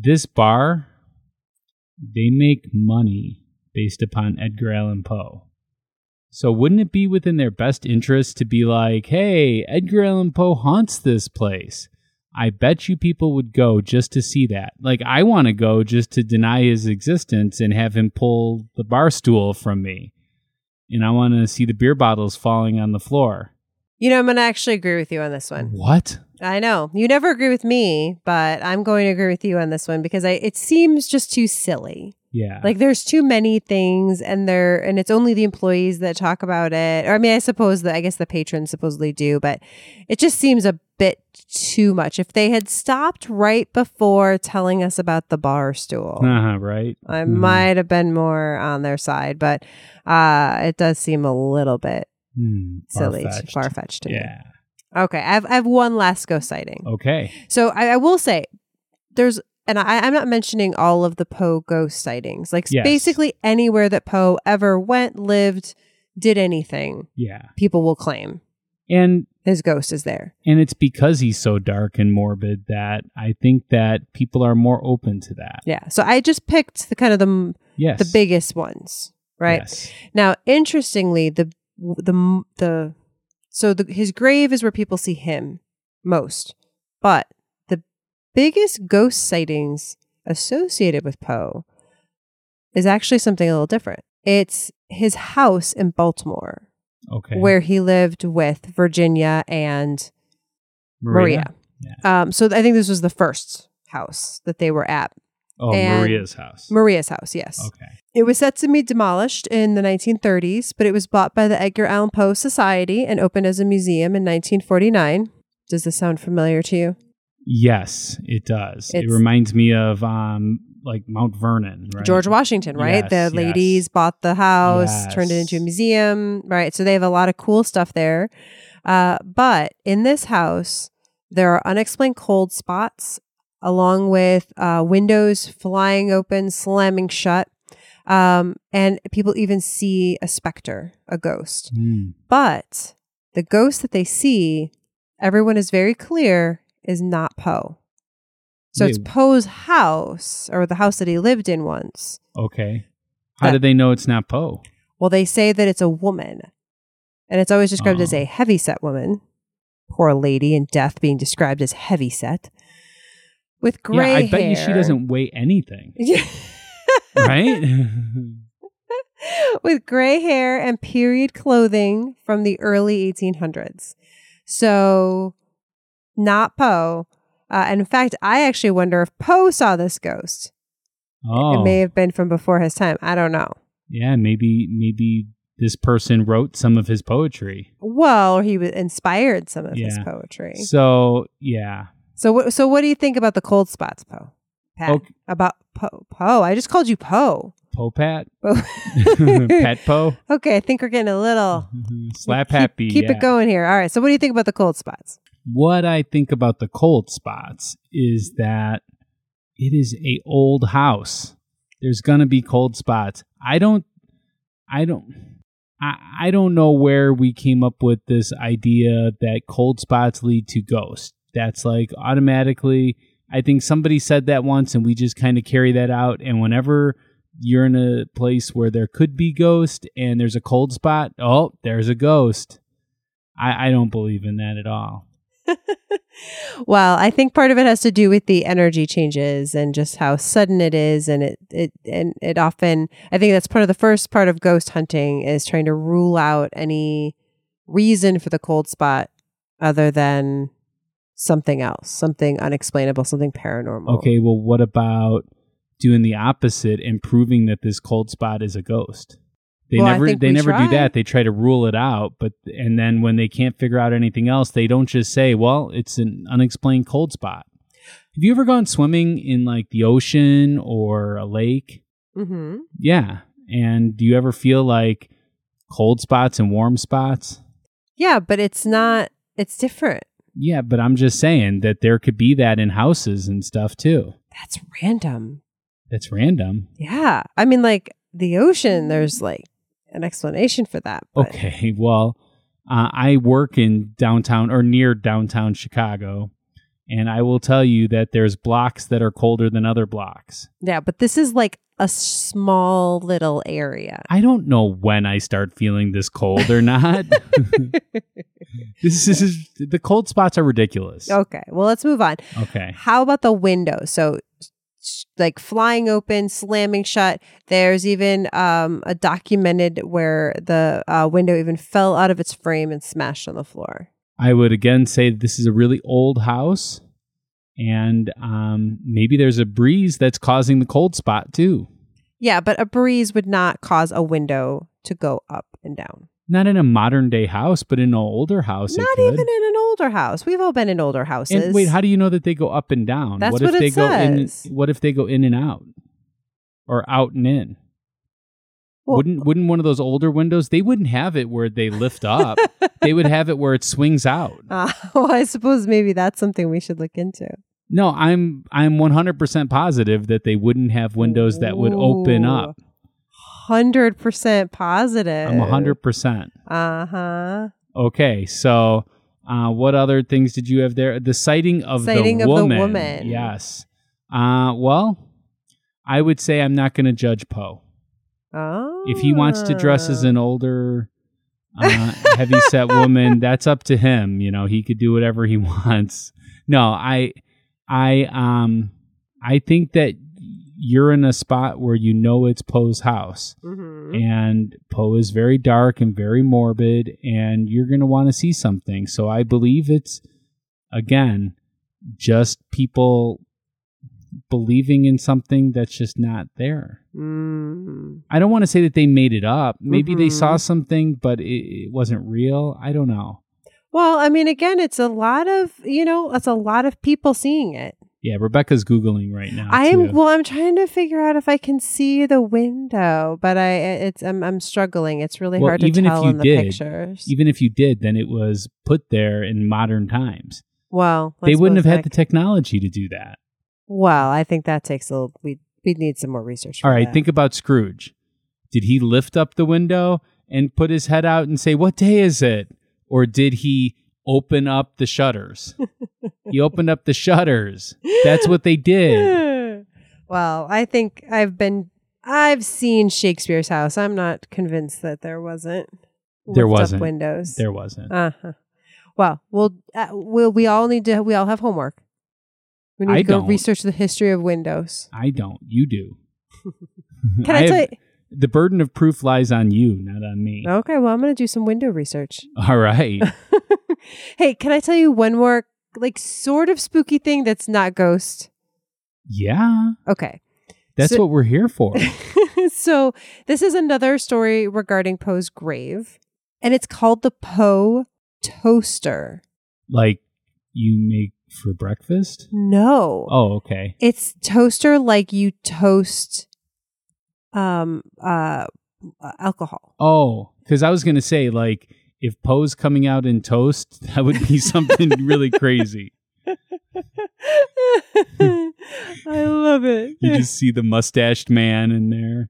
this bar, they make money based upon Edgar Allan Poe. So wouldn't it be within their best interest to be like, "Hey, Edgar Allan Poe haunts this place." I bet you people would go just to see that. Like I want to go just to deny his existence and have him pull the bar stool from me. And I want to see the beer bottles falling on the floor. you know i'm gonna actually agree with you on this one What? I know. You never agree with me, but I'm going to agree with you on this one because I it seems just too silly. Yeah. Like there's too many things and there and it's only the employees that talk about it. Or I mean, I suppose that I guess the patrons supposedly do, but it just seems a bit too much. If they had stopped right before telling us about the bar stool. Uh-huh, right? I Mhm. might have been more on their side, but uh, it does seem a little bit Hmm, silly, far-fetched. far fetched to Yeah. me. Okay, I have, I have one last ghost sighting. Okay. So I, I will say there's and I, I'm not mentioning all of the Poe ghost sightings. Like s- Yes. basically anywhere that Poe ever went, lived, did anything, Yeah. people will claim And his ghost is there. and it's because he's so dark and morbid that I think that people are more open to that. Yeah. So I just picked the kind of the m Yes. the biggest ones, right? Yes. Now, interestingly, the the m- the so the, his grave is where people see him most, but the biggest ghost sightings associated with Poe is actually something a little different. It's his house in Baltimore Okay. where he lived with Virginia and Maria. Um, so I think this was the first house that they were at. Oh, and- Maria's house. Maria's house, yes. okay. It was set to be demolished in the 1930s, but it was bought by the Edgar Allan Poe Society and opened as a museum in 1949. Does this sound familiar to you? Yes, it does. it It's- reminds me of um like Mount Vernon, right? George Washington, right? Yes, the yes. ladies bought the house, turned it Yes. into a museum, right? So they have a lot of cool stuff there. Uh, but in this house, There are unexplained cold spots, along with uh, windows flying open, slamming shut. Um, and people even see a specter, a ghost. Mm. But the ghost that they see, everyone is very clear, is not Poe. So it's Wait. Poe's house or the house that he lived in once. Okay. How That- do they know it's not Poe? Well, they say that it's a woman. And it's always described as Oh. a heavyset woman. Poor lady in death being described as heavyset. With gray yeah, I bet you she hair. doesn't weigh anything, Yeah. right? with gray hair and period clothing from the early 1800s. So, not Poe. Uh, and in fact, I actually wonder if Poe saw this ghost. It oh, may have been from before his time. I don't know. yeah. Maybe maybe this person wrote some of his poetry. Well, he was inspired some of his Yeah. poetry. So yeah, So, what? So, what do you think about the cold spots, Poe? Pat, Okay. about Poe? Poe? I just called you Poe. Poe Pat, okay, Pat Poe, Mm-hmm. I think we're getting a little Slap keep, Happy. Keep yeah. it going here. All right. So, what do you think about the cold spots? what I think about the cold spots is that it is a old house. There's gonna be cold spots. I don't I don't I, I don't know where we came up with this idea that cold spots lead to ghosts. That's like automatically I think somebody said that once and we just kind of carry that out and whenever you're in a place where there could be ghosts and there's a cold spot, oh, there's a ghost. I, I don't believe in that at all. well, I think part of it has to do with the energy changes and just how sudden it is, and it it and it often. I think that's part of the first part of ghost hunting is trying to rule out any reason for the cold spot other than something else, something unexplainable, something paranormal. Okay, well, what about doing the opposite and proving that this cold spot is a ghost? They Well, I never think they we never try. do that. They try to rule it out, but and then when they can't figure out anything else, they don't just say, "Well, it's an unexplained cold spot." Have you ever gone swimming in like the ocean or a lake? Mm-hmm. Yeah. And do you ever feel like cold spots and warm spots? Yeah, but it's not. It's different. Yeah, but I'm just saying that there could be that in houses and stuff too. That's random. That's random. Yeah, I mean, like the ocean. There's like an explanation for that. But Okay, well, uh, I work in downtown or near downtown Chicago, and I will tell you that there's blocks that are colder than other blocks. Yeah, but this is like a small little area. I don't know when I start feeling this cold or not. this is the cold spots are ridiculous. Okay, well, let's move on. Okay. How about the window? So, s- like flying open, slamming shut. There's even um, a documented where the uh, window even fell out of its frame and smashed on the floor. I would again say this is a really old house, and um, maybe there's a breeze that's causing the cold spot too. Yeah, but a breeze would not cause a window to go up and down. Not in a modern day house, but in an older house. it Not could. even in an older house. We've all been in older houses. And wait, how do you know that they go up and down? That's if what it they says. go in what if they go in and out? Or out and in? Well- wouldn't wouldn't one of those older windows they wouldn't have it where they lift up. they would have it where it swings out. Uh, well, I suppose maybe that's something we should look into. No, I'm I'm 100% positive that they wouldn't have windows that would open up. Hundred percent positive. I'm 100%. Uh huh. Okay, so uh, what other things did you have there? The sighting of Sighting the of the woman. woman. Yes. Uh, well, I would say I'm not going to judge Poe. Oh. if he wants to dress as an older uh, heavyset woman that's up to him you know he could do whatever he wants no i i um i think that you're in a spot where you know it's poe's house Mhm. and poe is very dark and very morbid and you're going to want to see something so i believe it's again just people believing in something that's just not there Mm. I don't want to say that they made it up. Maybe they Mhm. saw something, but it, it wasn't real. I don't know. Well, I mean, again, it's a lot of you know, it's a lot of people seeing it. Yeah, Rebecca's googling right now. I am too. well. I'm trying to figure out if I can see the window, but I it's I'm I'm struggling. It's really Well, hard to even if tell you in the did, pictures. Even if you did, then it was put there in modern times. Well, they let's wouldn't move have had the back. technology to do that. Well, I think that takes a little. We we need some more research. All for right, that. think about Scrooge. Did he lift up the window and put his head out and say, What day is it? Or did he open up the shutters? he opened up the shutters. That's what they did. well, I think I've been. I've seen Shakespeare's house. I'm not convinced that there wasn't. There lift up wasn't. windows. There wasn't. Uh huh. Well, we'll uh, we'll we all need to. We all have homework. We need I to go don't. research the history of windows. I don't. You do. Can I, have- tell you? The burden of proof lies on you, not on me. Okay, well, I'm going to do some window research. All right. hey, can I tell you one more, like, sort of spooky thing that's not ghost? yeah. Okay. That's So- what we're here for. so, this is another story regarding Poe's grave, and it's called the Poe Toaster. like you make for breakfast? No. Oh, okay. It's toaster like you toast um uh alcohol. Oh, because I was gonna say like if Poe's coming out in toast, that would be something really crazy. I love it. You just see the mustached man in there.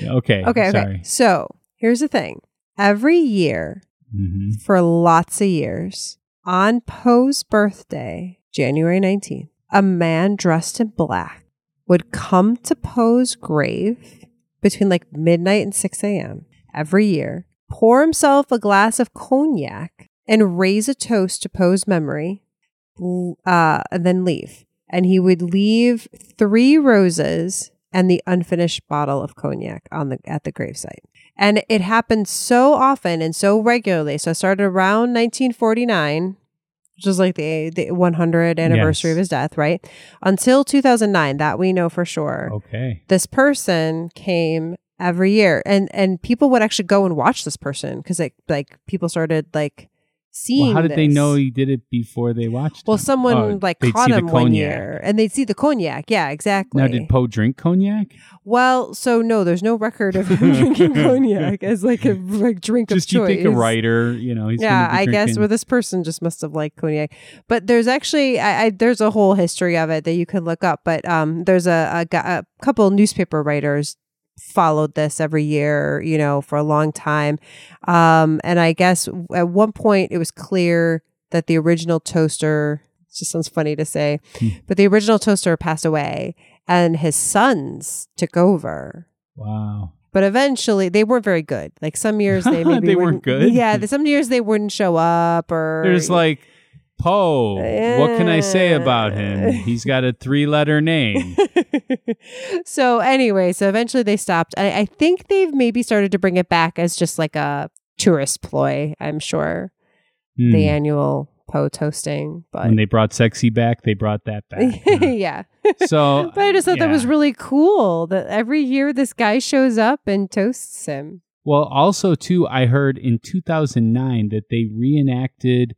Yeah, Okay. okay, okay. Sorry. So, here's the thing. Every year, hmm for lots of years. On Poe's birthday, January 19th, a man dressed in black would come to Poe's grave between like midnight and 6 a.m. every year, pour himself a glass of cognac, and raise a toast to Poe's memory, l- uh, and then leave. And he would leave three roses and the unfinished bottle of cognac on the at the gravesite. And it happened so often and so regularly. So it started around 1949, which is like the, the 100th anniversary Yes. of his death, right? Until 2009, that we know for sure. Okay. This person came every year, and and people would actually go and watch this person because like like people started like seeing. Well, how did they this. know he did it before they watched? Well, him? someone Oh, like they'd caught see the him one cognac. year, and they'd see the cognac. Yeah, exactly. Now, did Poe drink cognac? Well, so no, there's no record of him drinking cognac as like a like drink Just of you choice. think a writer, you know, he's yeah, gonna be I guess drinking- well, this person just must have liked cognac. But there's actually I, I there's a whole history of it that you can look up. But um, there's a a, gu- a couple newspaper writers followed this every year, you know, for a long time. Um, and I guess at one point it was clear that the original toaster it just sounds funny to say, Hmm. but the original toaster passed away, and his sons took over. Wow. But eventually, they weren't very good. Like some years, they maybe They wouldn't- weren't good? Yeah, th- some years they wouldn't show up, or They're just like Poe. What can I say about him? Yeah. He's got a three-letter name. so anyway, so eventually they stopped. I, I think they've maybe started to bring it back as just like a tourist ploy. I'm sure Hmm. the annual Poe toasting, but When they brought sexy back, they brought that back. huh? yeah. so, But I just thought that was yeah. really cool that every year this guy shows up and toasts him. Well, also too, I heard in 2009 that they reenacted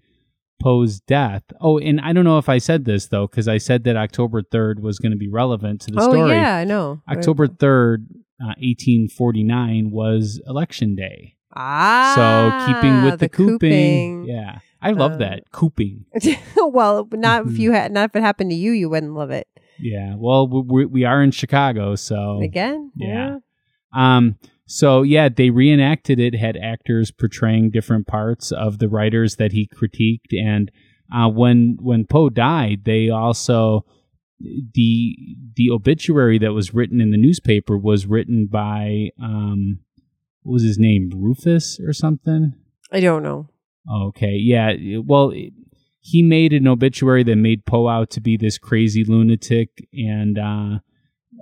Poe's death. Oh, and I don't know if I said this though, because I said that October 3rd was going to be relevant to the oh story. yeah, I know. October 3rd, uh, 1849 was election day. Ah, so keeping with the, cooping, cooping. yeah, I love Uh, that cooping. well, not if Mhm. you had not if it happened to you, you wouldn't love it Yeah, well, we- we, we are in Chicago, so again. Oh, yeah. Um, so yeah, they reenacted it, had actors portraying different parts of the writers that he critiqued, and uh, when when Poe died, they also the the obituary that was written in the newspaper was written by um, what was his name, Rufus or something. I don't know. Okay, yeah, well. he made an obituary that made Poe out to be this crazy lunatic, and uh,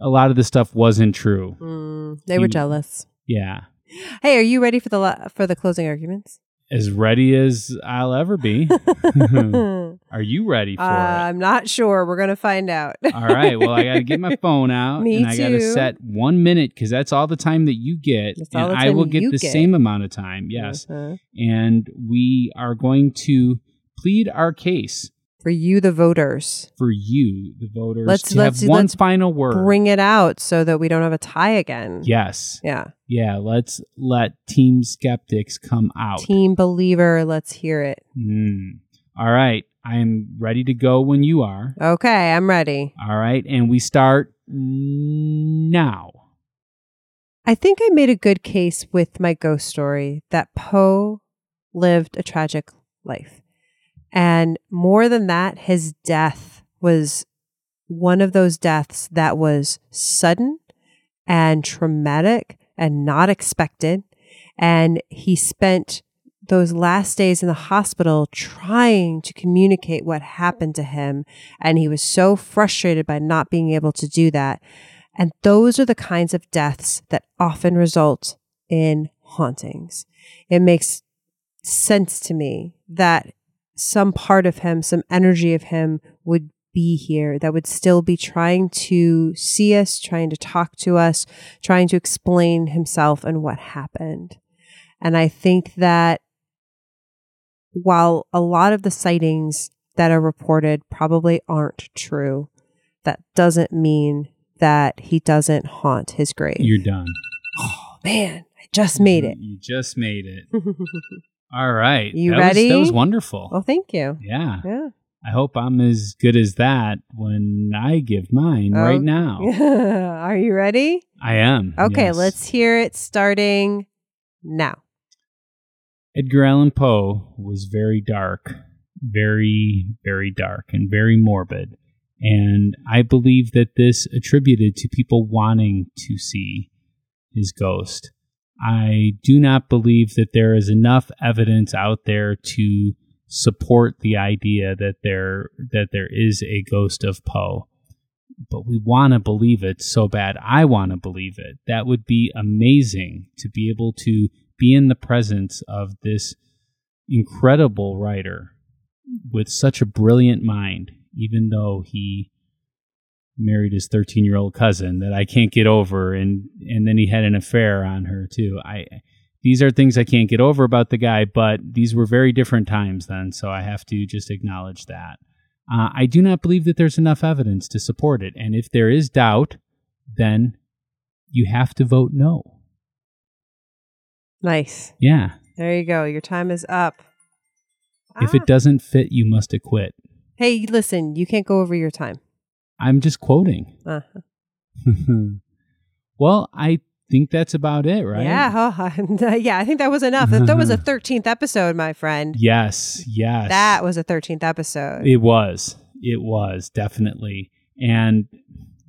a lot of the stuff wasn't true. Mm, they You- were jealous. Yeah. Hey, are you ready for the la- for the closing arguments? as ready as I'll ever be. I'm Are you ready for not sure. We're gonna find out. it? All right. Well, I got to get my phone out Me and I got to too. set one minute because that's all the time that you get. That's all and the I time will get you the get. same amount of time. Yes. Uh-huh. And we are going to plead our case For you, the voters, for you, the voters, Let's- to let's- have one let's final word. bring it out so that we don't have a tie again. yes. Yeah. Yeah. Let's let team skeptics come out. Team believer, let's hear it. Mm. All right. I am ready to go when you are. Okay, I'm ready. All right. And we start now. I think I made a good case with my ghost story that Poe lived a tragic life. And more than that, his death was one of those deaths that was sudden and traumatic and not expected. And he spent those last days in the hospital trying to communicate what happened to him. And he was so frustrated by not being able to do that. And those are the kinds of deaths that often result in hauntings. It makes sense to me that some part of him, some energy of him would be here that would still be trying to see us, trying to talk to us, trying to explain himself and what happened. And I think that while a lot of the sightings that are reported probably aren't true, that doesn't mean that he doesn't haunt his grave. You're done. oh, man, I just made it. You just made it. All right. You That was- ready? Oh. that was wonderful. well, thank you. Yeah. Yeah. I hope I'm as good as that when I give mine Oh. right now. Are you ready? I am. Okay, yes. let's hear it starting now. Edgar Allan Poe was very dark, very, very dark, and very morbid. And I believe that this attributed to people wanting to see his ghost. I do not believe that there is enough evidence out there to support the idea that there that there is a ghost of Poe. But we want to believe it so bad. I want to believe it. That would be amazing to be able to be in the presence of this incredible writer with such a brilliant mind, even though he married his 13 year old cousin that I can't get over. And, and then he had an affair on her, too. I, these are things I can't get over about the guy, but these were very different times then, so I have to just acknowledge that. Uh, I do not believe that there's enough evidence to support it. And if there is doubt, then you have to vote no. Nice. Yeah. There you go. Your time is up. If Ah. it doesn't fit, you must acquit. Hey, listen, you can't go over your time. I'm just quoting. Uh, Uh-huh. well, I think that's about it, right? Yeah, huh? yeah. I think that was enough. That, that was a thirteenth episode, my friend. Yes, yes. That was a thirteenth episode. It was. It was definitely. And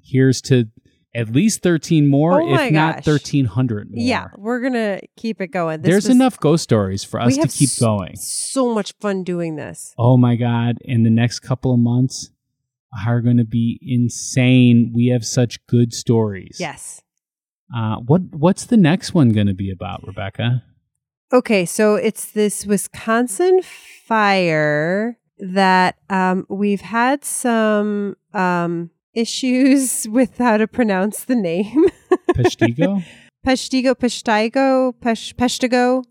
here's to at least 13 more, Oh my if not gosh. 1,300 more. Yeah, we're gonna keep it going. This There's was enough ghost stories for We us to have keep s- going. So much fun doing this. Oh my God. In the next couple of months are going to be insane. We have such good stories. Yes. Uh, what What's the next one going to be about, Rebecca? Okay, so it's this Wisconsin fire that um, we've had some um, issues with how to pronounce the name. Peshtigo? Peshtigo, Peshtigo, Pesh, Peshtigo,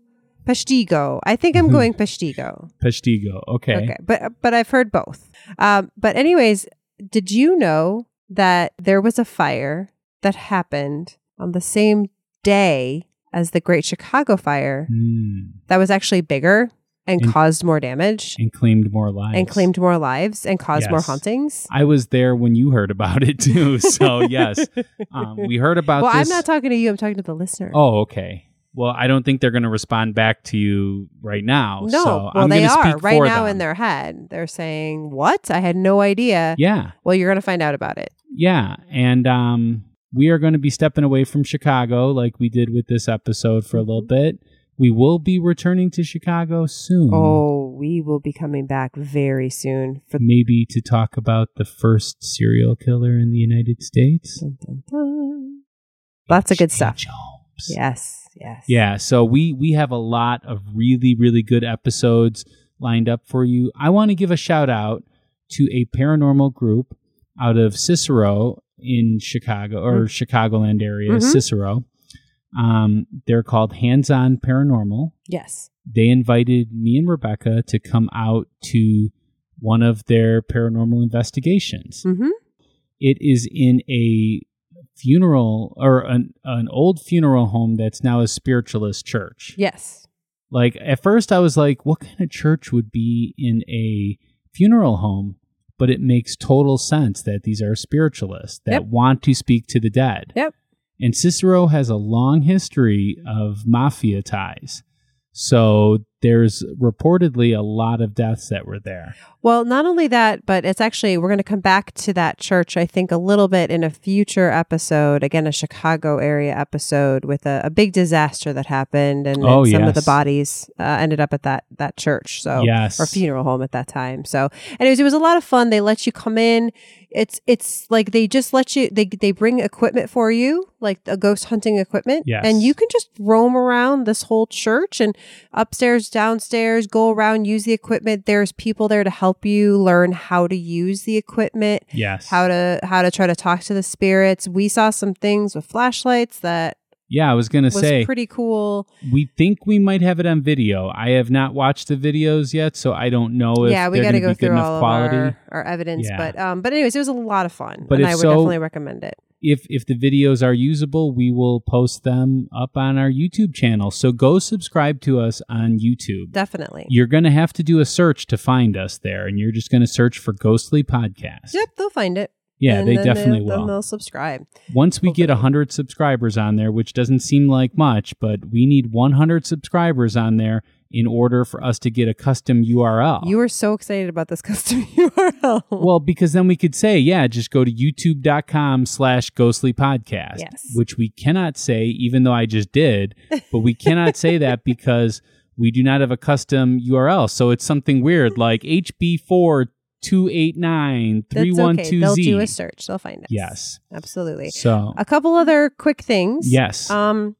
Peshtigo. I think I'm going Peshtigo. Peshtigo. Okay. Okay, but but I've heard both. Um, but anyways, did you know that there was a fire that happened on the same day as the Great Chicago Fire Hmm. that was actually bigger and, And- caused more damage And claimed more lives. and claimed more lives and caused more Yes. hauntings? I was there when you heard about it too. So Oh, yes, um, we heard about. Well, I'm this- not talking to you. I'm talking to the listener. Oh, okay. Well, I don't think they're going to respond back to you right now. no, so well I'm they gonna are speak right for now them. in their head. They're saying, "What? I had no idea." Yeah, Well, you're going to find out about it. yeah, and um, we are going to be stepping away from Chicago like we did with this episode for a little Mm-hmm. bit. We will be returning to Chicago soon. Oh, we will be coming back very soon for Maybe to talk about the first serial killer in the United States. Dun, dun, dun. Lots of good H.H. stuff. Holmes. Yes, yes. Yeah, so we we have a lot of really really good episodes lined up for you. I want to give a shout out to a paranormal group out of Cicero in Chicago or Mm-hmm. Chicagoland area, Mhm. Cicero. Um, they're called Hands On Paranormal. Yes. They invited me and Rebecca to come out to one of their paranormal investigations Mm-hmm. it is in a funeral or an, an old funeral home that's now a spiritualist church Yes. like at first i was like what kind of church would be in a funeral home, but it makes total sense that these are spiritualists that Yep. want to speak to the dead. Yep. And Cicero has a long history of mafia ties. So there's reportedly a lot of deaths that were there. Well, not only that, but it's actually, we're going to come back to that church, I think, a little bit in a future episode. Again, a Chicago area episode with a, a big disaster that happened. And, and Oh, some of the yes. bodies uh, ended up at that, that church. So, yes. Oh, or funeral home at that time. So, anyways, it was a lot of fun. They let you come in. It's it's like they just let you. They they bring equipment for you, like the ghost hunting equipment, Yes. and you can just roam around this whole church and upstairs, downstairs, go around, use the equipment. There's people there to help you learn how to use the equipment Yes. how to how to try to talk to the spirits we saw some things with flashlights that yeah, I was going to was say. pretty cool We think we might have it on video. I have not watched the videos yet, so I don't know if yeah we they're got to going to be go good through enough all quality. of our, our evidence Yeah. but um but anyways it was a lot of fun But and if i would so- definitely recommend it If if the videos are usable, we will post them up on our YouTube channel. So go subscribe to us on YouTube. definitely You're going to have to do a search to find us there, and you're just going to search for Ghostly Podcast. yep they'll find it Yeah, And they then they'll- definitely then will. they'll subscribe Once we get 100 subscribers on there, which doesn't seem like much, but we need 100 subscribers on there in order for us to get a custom URL. you were so excited about this custom url Well, because then we could say, yeah, just go to youtube.com slash ghostly podcast, Yes. which we cannot say, even though I just did, but we cannot say that because we do not have a custom URL. So it's something weird like Hmm. that's okay they'll do a HB4289312Z. search they'll find it Yes. absolutely So, a couple other quick things yes. Um,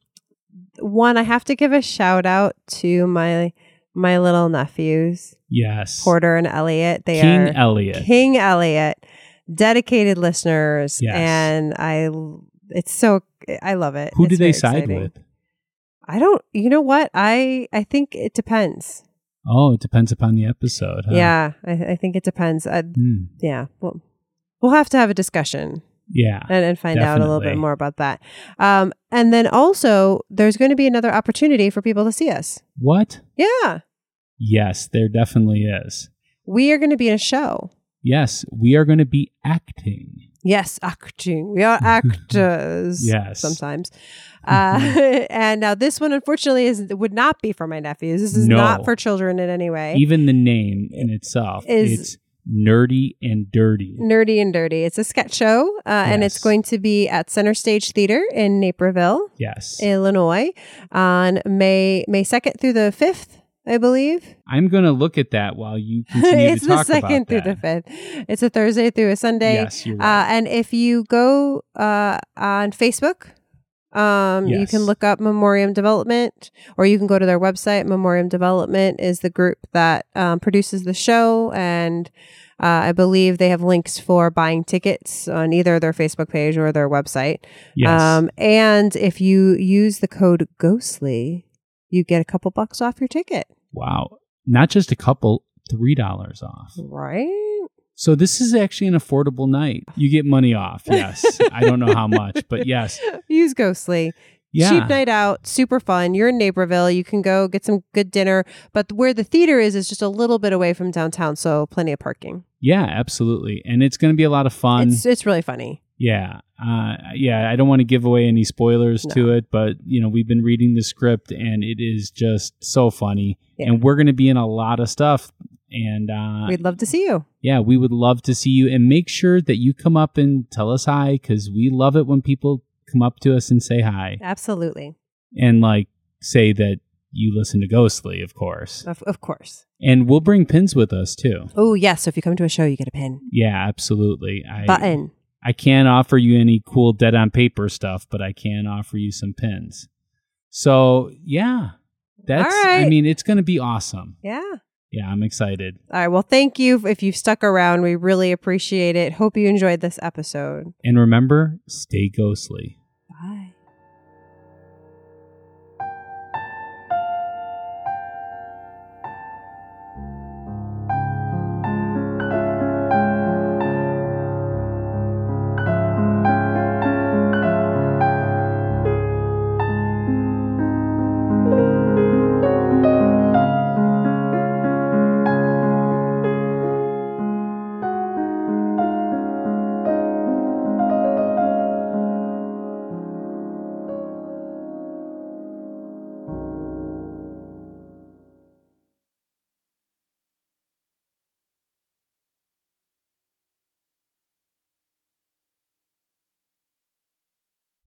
one, I have to give a shout out to my my little nephews, yes. Porter and Elliot. They King are Elliot. King Elliot, dedicated listeners, Yes. and I. It's so I love it. Who do It's they very side exciting. with? I don't. You know what? I I think it depends. Oh, it depends upon the episode. huh? Yeah, I, I think it depends. Uh, Hmm. yeah, well, we'll have to have a discussion. Yeah. and, and find out a little bit Definitely. more about that. Um, and then also, there's going to be another opportunity for people to see us. What? Yeah, Yes, there definitely is. we are going to be in a show. Yes, we are going to be acting. Yes, acting. We are actors. Yes. Mm-hmm. sometimes. Uh, and now this one, unfortunately, is would not be for my nephews. This is No. not for children in any way. Even the name in itself, Is- it's nerdy and dirty. Nerdy and dirty. It's a sketch show, uh, and it's Yes. going to be at Center Stage Theater in Naperville, Yes. Illinois, on May May second through the fifth, I believe. I'm going to look at that while you continue it's to the talk second about through that. the fifth. It's a Thursday through a Sunday. Yes, you're Uh, right. and if you go uh, on Facebook, um, you can Yes. look up Memoriam Development, or you can go to their website. Memoriam Development is the group that um, produces the show, and uh, I believe they have links for buying tickets on either their Facebook page or their website. yes. um, and if you use the code Ghostly, you get a couple bucks off your ticket, wow. Not just a couple, $3 off. right? So this is actually an affordable night. You get money off. Yes. I don't know how much, but yes. Use Ghostly. Yeah. Cheap night out, super fun. You're in Naperville. You can go get some good dinner. But where the theater is, is just a little bit away from downtown. So plenty of parking. Yeah, absolutely. And it's going to be a lot of fun. it's, it's really funny. Yeah. Uh, yeah. I don't want to give away any spoilers No. to it, but, you know, we've been reading the script and it is just so funny. Yeah. And we're going to be in a lot of stuff. And uh, We'd love to see you. yeah, we would love to see you. And make sure that you come up and tell us hi because we love it when people come up to us and say hi Absolutely. and like say that you listen to Ghostly, of course. Of, of course. And we'll bring pins with us too. Oh, yes. So if you come to a show, you get a pin. Yeah, absolutely. I, Button. I can't offer you any cool dead on paper stuff, but I can offer you some pins. So yeah, that's. All right. I mean, it's going to be awesome. Yeah. Yeah, I'm excited. All right. Well, thank you if you've stuck around. We really appreciate it. Hope you enjoyed this episode. And remember, stay ghostly.